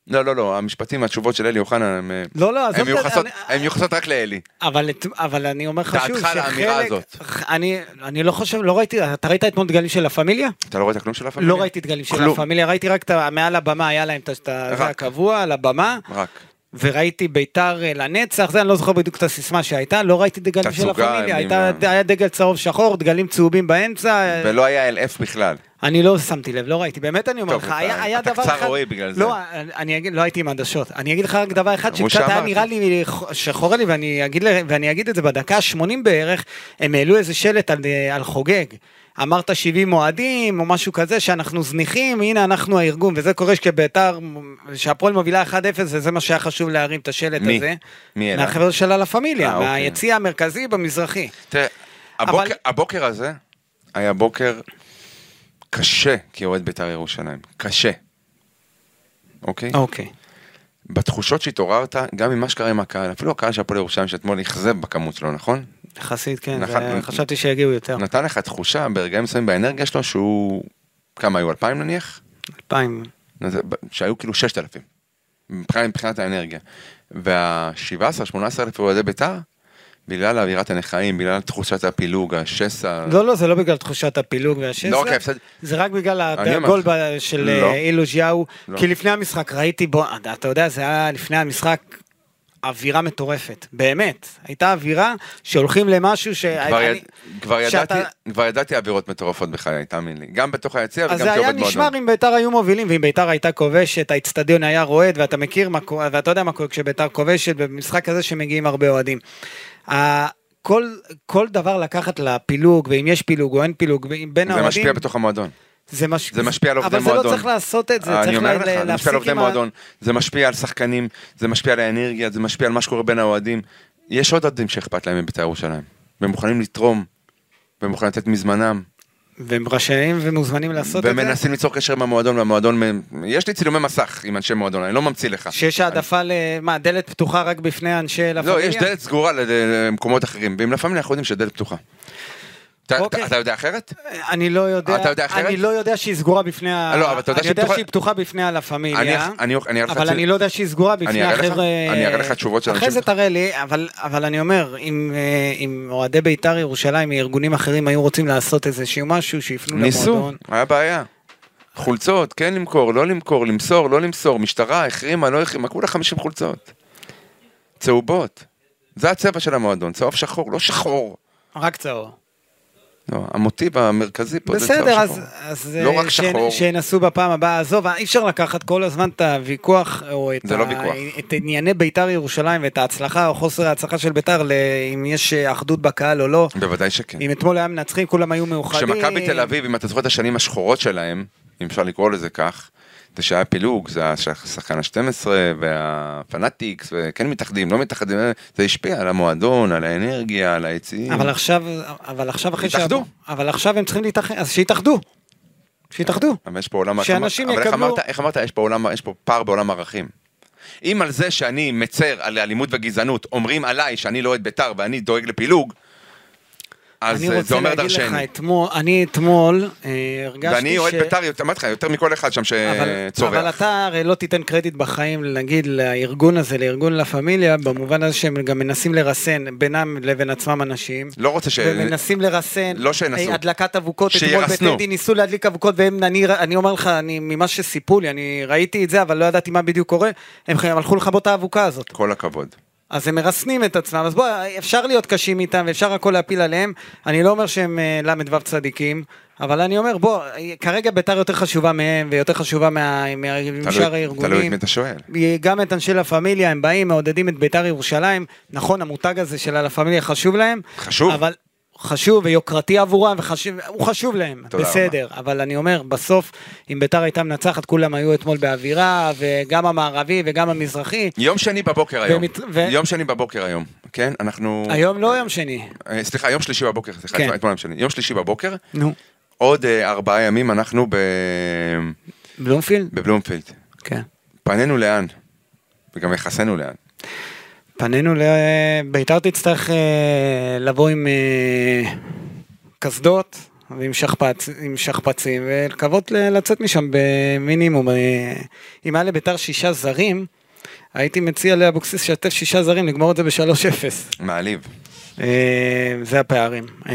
[SPEAKER 3] לא, לא, לא, המשפטים, התשובות של אלי אוחנה, הם... אה,
[SPEAKER 1] לא, לא, עזוב
[SPEAKER 3] הם
[SPEAKER 1] את זה,
[SPEAKER 3] מיוחסות-
[SPEAKER 1] אני-
[SPEAKER 3] הם מיוחסות רק לאלי.
[SPEAKER 1] אבל, את- אבל אני אומר לך שוב,
[SPEAKER 3] דעתך על האמירה הזאת.
[SPEAKER 1] אני, אני לא חושב, לא ראיתי, אתה ראית אתמול דגלים של לה פמיליה?
[SPEAKER 3] אתה לא ראית כלום של לה פמיליה?
[SPEAKER 1] לא ראיתי דגלים של לה
[SPEAKER 3] כלום.
[SPEAKER 1] פמיליה, ראיתי רק את ה- מעל הבמה, היה להם את ה- את ה... זה
[SPEAKER 3] רק.
[SPEAKER 1] הקבוע, על הבמה,
[SPEAKER 3] רק.
[SPEAKER 1] וראיתי ביתר אה, לנצח, זה אני לא זוכר בדיוק את הסיסמה שהייתה, לא ראיתי דגלים של לה
[SPEAKER 3] תצוגה,
[SPEAKER 1] פמיליה,
[SPEAKER 3] אני-
[SPEAKER 1] הייתה- היה דגל צהוב שחור, דגלים צהובים באמצע,
[SPEAKER 3] ולא היה אל אף בכלל.
[SPEAKER 1] אני לא שמתי לב, לא ראיתי, באמת אני אומר
[SPEAKER 3] טוב,
[SPEAKER 1] לך,
[SPEAKER 3] אתה-
[SPEAKER 1] היה היה
[SPEAKER 3] אתה
[SPEAKER 1] דבר אחד...
[SPEAKER 3] קצר רואי בגלל זה.
[SPEAKER 1] לא, אני אגיד, לא הייתי עם עדשות. אני אגיד לך רק דבר אחד
[SPEAKER 3] כמו
[SPEAKER 1] שקצת היה
[SPEAKER 3] שאמרתי.
[SPEAKER 1] נראה לי שחור לי, ואני אגיד ל- ואני אגיד את זה בדקה ה-80 בערך, הם העלו איזה שלט על- אה, על חוגג. אמרת 70 אוהדים, או משהו כזה, שאנחנו זניחים, הנה אנחנו הארגון, וזה קורה שכביתר, שהפועל מובילה 1-0, וזה מה שהיה חשוב להרים את השלט
[SPEAKER 3] מי?
[SPEAKER 1] הזה.
[SPEAKER 3] מי העלה?
[SPEAKER 1] מהחבר'ה של הלה פמיליה,
[SPEAKER 3] אה, אוקיי.
[SPEAKER 1] מהיציע המרכזי במזרחי.
[SPEAKER 3] תראה,
[SPEAKER 1] אבל-
[SPEAKER 3] הבוקר- הבוקר הזה היה בוקר קשה כאוהד בית"ר ירושלים. קשה. אוקיי?
[SPEAKER 1] אוקיי.
[SPEAKER 3] בתחושות שהתעוררת, גם ממה שקרה עם הקהל, אפילו הקהל של הפועל ירושלים שאתמול אכזב בכמות שלו, נכון?
[SPEAKER 1] יחסית, כן,
[SPEAKER 3] נחת-
[SPEAKER 1] זה- חשבתי שיגיעו יותר.
[SPEAKER 3] נתן לך תחושה ברגעים מסוימים באנרגיה שלו שהוא, כמה היו, 2,000 נניח?
[SPEAKER 1] 2000.
[SPEAKER 3] אז- שהיו כאילו 6,000, מבחינת, מבחינת האנרגיה. וה-17-18 אלף אוהדי בית"ר, בגלל אווירת הנכאים, בגלל תחושת הפילוג, השסע,
[SPEAKER 1] לא, לא, זה לא בגלל תחושת הפילוג והשסע.
[SPEAKER 3] לא, אוקיי, בסדר.
[SPEAKER 1] זה רק בגלל
[SPEAKER 3] אני אומר
[SPEAKER 1] הגול
[SPEAKER 3] לך.
[SPEAKER 1] ב- של
[SPEAKER 3] לא.
[SPEAKER 1] אה, אילוז יאו.
[SPEAKER 3] לא.
[SPEAKER 1] כי לפני המשחק ראיתי בו, אתה יודע, זה היה לפני המשחק. אווירה מטורפת, באמת, הייתה אווירה שהולכים למשהו ש...
[SPEAKER 3] כבר,
[SPEAKER 1] אני-
[SPEAKER 3] יד, כבר,
[SPEAKER 1] שאתה-
[SPEAKER 3] ידעתי, כבר ידעתי עבירות מטורפות בחיי, תאמין לי. גם בתוך היציע וגם
[SPEAKER 1] אז זה
[SPEAKER 3] כעובד
[SPEAKER 1] היה
[SPEAKER 3] מועדון.
[SPEAKER 1] נשמר אם ביתר היו מובילים, ואם ביתר הייתה כובשת, האיצטדיון היה רועד, ואתה מכיר מה קורה, ואתה יודע מה קורה כשביתר כובשת, במשחק כזה שמגיעים הרבה אוהדים. ה- כל, כל דבר לקחת לפילוג, ואם יש פילוג או אין פילוג, ואם בין
[SPEAKER 3] זה
[SPEAKER 1] האוהדים...
[SPEAKER 3] משפיע בתוך המועדון.
[SPEAKER 1] זה, מש...
[SPEAKER 3] זה משפיע על עובדי
[SPEAKER 1] אבל
[SPEAKER 3] מועדון.
[SPEAKER 1] אבל זה לא צריך לעשות את זה,
[SPEAKER 3] אני
[SPEAKER 1] צריך
[SPEAKER 3] אומר
[SPEAKER 1] ל- ל-
[SPEAKER 3] לך, זה משפיע על
[SPEAKER 1] להפסיק
[SPEAKER 3] עובדי
[SPEAKER 1] עם
[SPEAKER 3] מועדון, זה משפיע על שחקנים, זה משפיע על האנרגיה, זה משפיע על מה שקורה בין האוהדים. יש עוד אוהדים שאכפת להם מבית"ר ירושלים, והם מוכנים לתרום, והם מוכנים לתת מזמנם,
[SPEAKER 1] והם רשאים ומוזמנים לעשות
[SPEAKER 3] והם
[SPEAKER 1] את זה.
[SPEAKER 3] מנסים ליצור קשר עם המועדון, והמועדון, מהם- יש לי צילומי מסך עם אנשי מועדון, אני לא ממציא לך.
[SPEAKER 1] שיש העדפה ל... מה, דלת פתוחה רק בפני אנשי לה
[SPEAKER 3] לא,
[SPEAKER 1] פמיליה?
[SPEAKER 3] יש דלת סגורה לד- למקומות אחרים, ועם לפעמים אנחנו יודעים שדלת פתוחה. אתה- אתה-
[SPEAKER 1] אוקיי.
[SPEAKER 3] אתה יודע אחרת?
[SPEAKER 1] אני לא יודע,
[SPEAKER 3] אתה יודע אחרת?
[SPEAKER 1] אני לא יודע שהיא סגורה בפני ה...
[SPEAKER 3] לא, אבל אתה יודע
[SPEAKER 1] אני
[SPEAKER 3] שהיא
[SPEAKER 1] יודע
[SPEAKER 3] פתוחה-
[SPEAKER 1] שהיא פתוחה בפני הלה פמיליה,
[SPEAKER 3] אני- אני- אני אראה לך
[SPEAKER 1] אבל
[SPEAKER 3] צי-
[SPEAKER 1] אני לא יודע שהיא סגורה
[SPEAKER 3] אני
[SPEAKER 1] בפני
[SPEAKER 3] אראה לך-
[SPEAKER 1] החבר'ה...
[SPEAKER 3] אני אראה לך תשובות של
[SPEAKER 1] אחרי
[SPEAKER 3] אנשים-
[SPEAKER 1] זה תראה לי, אבל, אבל אני אומר, אם, אה, אם אוהדי בית"ר ירושלים מארגונים אחרים היו רוצים לעשות איזשהו משהו, שיפנו
[SPEAKER 3] ניסו,
[SPEAKER 1] למועדון.
[SPEAKER 3] היה בעיה. חולצות, כן למכור, לא למכור, למסור, לא למסור, משטרה, החרימה, לא החרימה, כולה 50 חולצות. צהובות. זה הצבע של המועדון, צהוב שחור, לא שחור.
[SPEAKER 1] רק צהוב.
[SPEAKER 3] לא, המוטיב המרכזי פה זה צהוב
[SPEAKER 1] בסדר,
[SPEAKER 3] שחור.
[SPEAKER 1] אז, אז
[SPEAKER 3] לא
[SPEAKER 1] אה,
[SPEAKER 3] רק שחור.
[SPEAKER 1] שינסו בפעם הבאה, עזוב, אי אפשר לקחת כל הזמן את הוויכוח, או את,
[SPEAKER 3] זה לא ויכוח.
[SPEAKER 1] את ענייני בית"ר ירושלים ואת ההצלחה או חוסר ההצלחה של בית"ר, אם יש אה, אחדות בקהל או לא.
[SPEAKER 3] בוודאי שכן.
[SPEAKER 1] אם אתמול היה מנצחים, כולם היו מאוחדים.
[SPEAKER 3] כשמכבי תל אביב, אם אתה זוכר את השנים השחורות שלהם, אם אפשר לקרוא לזה כך, זה שהיה פילוג, זה היה שחקן ה-12 והפנאטיקס, וכן מתאחדים, לא מתאחדים, זה השפיע על המועדון, על האנרגיה, על היציעים.
[SPEAKER 1] אבל עכשיו, אבל עכשיו אחרי
[SPEAKER 3] התאחדו.
[SPEAKER 1] אבל עכשיו הם צריכים להתאחד, אז שיתאחדו. שיתאחדו.
[SPEAKER 3] אבל יש פה עולם,
[SPEAKER 1] שאנשים
[SPEAKER 3] אבל איך
[SPEAKER 1] יקבלו-
[SPEAKER 3] אמרת, איך אמרת, יש פה, עולם, יש פה פער בעולם ערכים. אם על זה שאני מצר על אלימות וגזענות, אומרים עליי שאני לא אוהד בית"ר ואני דואג לפילוג, אז
[SPEAKER 1] אני
[SPEAKER 3] אה, זה
[SPEAKER 1] רוצה
[SPEAKER 3] אומר
[SPEAKER 1] להגיד לך,
[SPEAKER 3] דרשני.
[SPEAKER 1] אתמול, אני אתמול אה, הרגשתי
[SPEAKER 3] ואני אוהד בית"ר, יותר- אמרתי לך, יותר מכל אחד שם
[SPEAKER 1] אבל,
[SPEAKER 3] שצורח.
[SPEAKER 1] אבל אתה הרי לא תיתן קרדיט בחיים, נגיד, לארגון הזה, לארגון לה פמיליה, במובן הזה שהם גם מנסים לרסן בינם לבין עצמם אנשים.
[SPEAKER 3] לא רוצה ש...
[SPEAKER 1] ומנסים לרסן,
[SPEAKER 3] לא שינסו.
[SPEAKER 1] אה, הדלקת אבוקות, אתמול
[SPEAKER 3] שירסנו.
[SPEAKER 1] בטדי ניסו להדליק אבוקות, והם, אני, אני אומר לך, אני, ממה שסיפרו לי, אני ראיתי את זה, אבל לא ידעתי מה בדיוק קורה, הם חי- הלכו לכבות את האבוקה הזאת.
[SPEAKER 3] כל הכבוד.
[SPEAKER 1] אז הם מרסנים את עצמם, אז בוא, אפשר להיות קשים איתם, ואפשר הכל להפיל עליהם, אני לא אומר שהם אה, ל"ו צדיקים, אבל אני אומר, בוא, אה, כרגע ביתר יותר חשובה מהם, ויותר חשובה מה- מה- משאר
[SPEAKER 3] תלוי תלוי את
[SPEAKER 1] הארגונים.
[SPEAKER 3] מי אתה שואל.
[SPEAKER 1] גם את אנשי לה פמיליה, הם באים, מעודדים את ביתר ירושלים. נכון, המותג הזה של הלה פמיליה חשוב להם.
[SPEAKER 3] חשוב.
[SPEAKER 1] אבל חשוב ויוקרתי עבורם, וחשוב, הוא חשוב להם,
[SPEAKER 3] תודה
[SPEAKER 1] בסדר. רבה. אבל אני אומר, בסוף, אם ביתר הייתה מנצחת, כולם היו אתמול באווירה, וגם המערבי וגם המזרחי.
[SPEAKER 3] יום שני בבוקר היום.
[SPEAKER 1] ומת- ו-
[SPEAKER 3] יום שני בבוקר היום, כן? אנחנו...
[SPEAKER 1] היום לא יום שני.
[SPEAKER 3] אה, סליחה, יום שלישי בבוקר, סליחה,
[SPEAKER 1] כן.
[SPEAKER 3] אתמול- אתמול יום שני. יום שלישי בבוקר,
[SPEAKER 1] נו.
[SPEAKER 3] עוד אה, ארבעה ימים אנחנו ב...
[SPEAKER 1] בלומפילד?
[SPEAKER 3] בבלומפילד.
[SPEAKER 1] כן.
[SPEAKER 3] פנינו לאן? וגם יחסנו לאן.
[SPEAKER 1] פנינו ל... ביתר תצטרך אה, לבוא עם אה, קסדות ועם שכפ"צ, עם שכפ"צים, ולקוות ל- לצאת משם במינימום. אה, אם היה לביתר שישה זרים, הייתי מציע לאבוקסיס שיתף שישה זרים, לגמור את זה ב-3-0.
[SPEAKER 3] מעליב.
[SPEAKER 1] אה, זה הפערים. אה,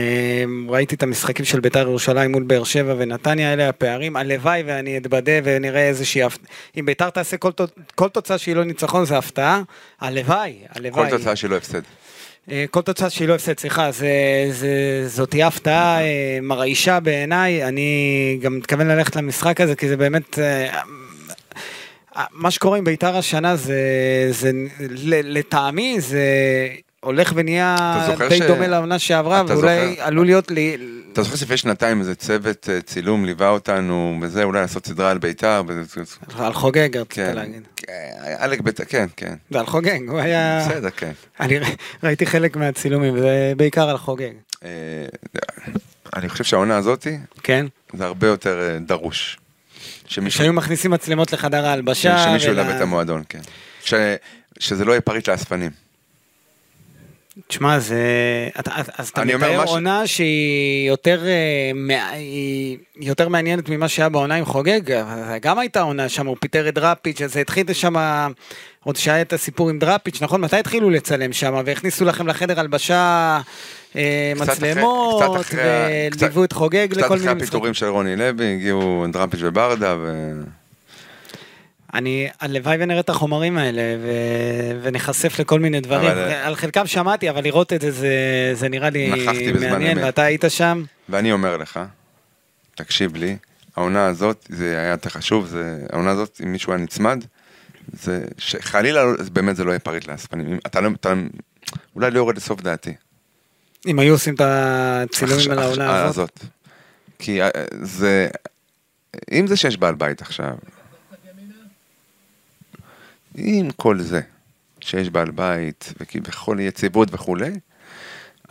[SPEAKER 1] ראיתי את המשחקים של ביתר ירושלים מול באר שבע ונתניה, אלה הפערים. הלוואי ואני אתבדה ונראה איזושהי... הפ- אם ביתר תעשה כל, תוצ- כל תוצאה שהיא לא ניצחון זה הפתעה, הלוואי,
[SPEAKER 3] כל
[SPEAKER 1] הלוואי.
[SPEAKER 3] תוצאה שלא הפסד.
[SPEAKER 1] אה, כל תוצאה שהיא לא הפסד, סליחה, זה, זה, זאת תהיה הפתעה אה, מרעישה בעיניי, אני גם מתכוון ללכת למשחק הזה, כי זה באמת... אה, אה, מה שקורה עם בית"ר השנה זה, זה ל- לטעמי, זה הולך ונהיה
[SPEAKER 3] אתה זוכר
[SPEAKER 1] די
[SPEAKER 3] ש-
[SPEAKER 1] דומה לעונה שעברה,
[SPEAKER 3] אתה
[SPEAKER 1] ואולי
[SPEAKER 3] זוכר?
[SPEAKER 1] עלול להיות לי...
[SPEAKER 3] אתה זוכר שלפני שנתיים איזה צוות אה, צילום ליווה אותנו וזה, אולי לעשות סדרה על בית"ר? וזה-
[SPEAKER 1] על חוגג, רצית
[SPEAKER 3] כן.
[SPEAKER 1] להגיד.
[SPEAKER 3] כן, עלק בית"ר, כן, כן.
[SPEAKER 1] זה על חוגג, הוא היה...
[SPEAKER 3] בסדר, כן.
[SPEAKER 1] אני ר- ראיתי חלק מהצילומים, זה בעיקר על חוגג.
[SPEAKER 3] אה, אני חושב שהעונה הזאתי,
[SPEAKER 1] כן?
[SPEAKER 3] זה הרבה יותר אה, דרוש. שמישהו,
[SPEAKER 1] שהיו מכניסים מצלמות לחדר ההלבשה.
[SPEAKER 3] שמישהו ילווה
[SPEAKER 1] ול-
[SPEAKER 3] את המועדון, כן. ש, שזה לא יהיה פריט לאספנים.
[SPEAKER 1] תשמע, זה... אתה, אז- אז אתה
[SPEAKER 3] אני אומר
[SPEAKER 1] מתאר
[SPEAKER 3] משהו-
[SPEAKER 1] עונה שהיא יותר, אה, מע- היא יותר מעניינת ממה שהיה בעונה עם חוגג, אבל זה גם הייתה עונה שם, הוא פיטר את דראפיץ', אז זה התחיל שם, עוד שהיה את הסיפור עם דראפיץ', נכון? מתי התחילו לצלם שם? והכניסו לכם לחדר הלבשה אה,
[SPEAKER 3] קצת אחרי-
[SPEAKER 1] מצלמות,
[SPEAKER 3] קצת אחרי ה- קצת-
[SPEAKER 1] וליוו את חוגג
[SPEAKER 3] קצת
[SPEAKER 1] לכל
[SPEAKER 3] אחרי
[SPEAKER 1] מיני משחקים.
[SPEAKER 3] הפיטורים של רוני לוי, הגיעו דראפיץ' וברדה, ו...
[SPEAKER 1] אני, הלוואי ונראה את החומרים האלה ו... ונחשף לכל מיני דברים.
[SPEAKER 3] אבל- אה,
[SPEAKER 1] על חלקם שמעתי, אבל לראות את זה, זה, זה נראה לי
[SPEAKER 3] נכחתי אה. בזמן
[SPEAKER 1] מעניין,
[SPEAKER 3] אמת.
[SPEAKER 1] ואתה היית שם.
[SPEAKER 3] ואני אומר לך, תקשיב לי, העונה הזאת, זה היה יותר חשוב, זה, העונה הזאת, אם מישהו היה נצמד, זה שחלילה, לא- זה באמת זה לא יהיה פריט לאספנים. אם- אתה לא, אתה אולי לא יורד לסוף דעתי.
[SPEAKER 1] אם היו עושים את הצילומים
[SPEAKER 3] עכשיו-
[SPEAKER 1] על העונה
[SPEAKER 3] אה,
[SPEAKER 1] הזאת.
[SPEAKER 3] כי אה, זה, אם זה שיש בעל בית עכשיו, עם כל זה, שיש בעל בית וכביכול יציבות וכולי,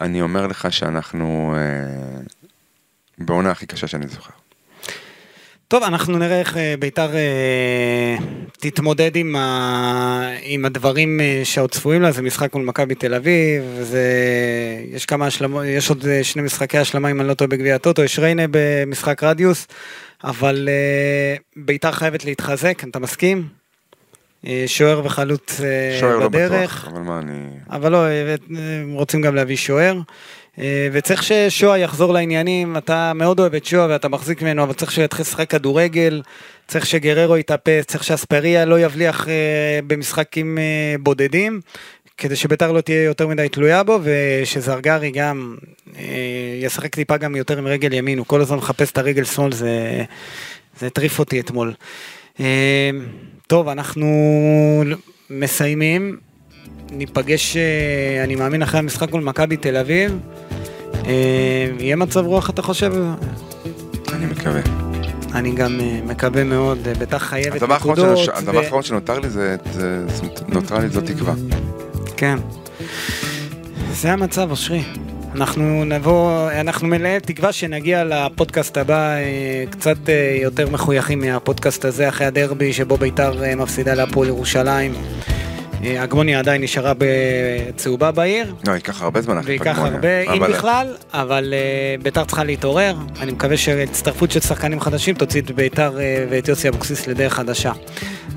[SPEAKER 3] אני אומר לך שאנחנו אה, בעונה הכי קשה שאני זוכר.
[SPEAKER 1] טוב, אנחנו נראה איך אה, ביתר אה, תתמודד עם, ה... עם הדברים אה, שעוד צפויים לה, זה משחק מול מכבי תל אביב, זה... יש כמה השלמות, יש עוד אה, שני משחקי השלמה, אם אני לא טועה, בגביע הטוטו, יש ריינה במשחק רדיוס, אבל אה, ביתר חייבת להתחזק, אתה מסכים? אה, שוער וחלוץ אה,
[SPEAKER 3] שוער לא
[SPEAKER 1] בדרך.
[SPEAKER 3] בטוח, אבל מה אני...
[SPEAKER 1] אבל לא, הבאת- הם רוצים גם להביא שוער. אה, וצריך ששואה יחזור לעניינים, אתה מאוד אוהב את שואה ואתה מחזיק ממנו, אבל צריך שהוא יתחיל לשחק כדורגל, צריך שגררו יתאפס, צריך שאספריה לא יבליח אה, במשחקים אה, בודדים, כדי שביתר לא תהיה יותר מדי תלויה בו, ושזרגרי גם אה, ישחק טיפה גם יותר עם רגל ימין, הוא כל הזמן מחפש את הרגל שמאל, זה, זה הטריף אותי אתמול. אה, טוב, אנחנו מסיימים. ניפגש, אה, אני מאמין, אחרי המשחק מול מכבי תל אביב. אה, יהיה מצב רוח, אתה חושב?
[SPEAKER 3] אני מקווה.
[SPEAKER 1] אני גם אה, מקווה מאוד, אה, ביתר חייבת
[SPEAKER 3] הדבר האחרון שנש-
[SPEAKER 1] נקודות.
[SPEAKER 3] הדבר האחרון שנותר לי זה, זה- זאת- נותרה לי זו תקווה.
[SPEAKER 1] כן. זה המצב, אושרי. אנחנו נבוא, אנחנו מלאי תקווה שנגיע לפודקאסט הבא אה, קצת אה, יותר מחויכים מהפודקאסט הזה אחרי הדרבי שבו ביתר אה, מפסידה להפועל ירושלים. אה, הגמוניה עדיין נשארה בצהובה בעיר,
[SPEAKER 3] לא, ייקח הרבה זמן. אחרי
[SPEAKER 1] וייקח
[SPEAKER 3] פגמוניה.
[SPEAKER 1] הרבה, אם
[SPEAKER 3] אבל-
[SPEAKER 1] בכלל, אבל אה, ביתר צריכה להתעורר. אני מקווה שהצטרפות של שחקנים חדשים תוציא את ביתר אה, ואת יוסי אבוקסיס לדרך חדשה.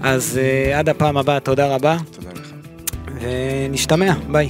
[SPEAKER 1] אז אה, עד הפעם הבאה, תודה רבה,
[SPEAKER 3] תודה לך.
[SPEAKER 1] ונשתמע, ביי.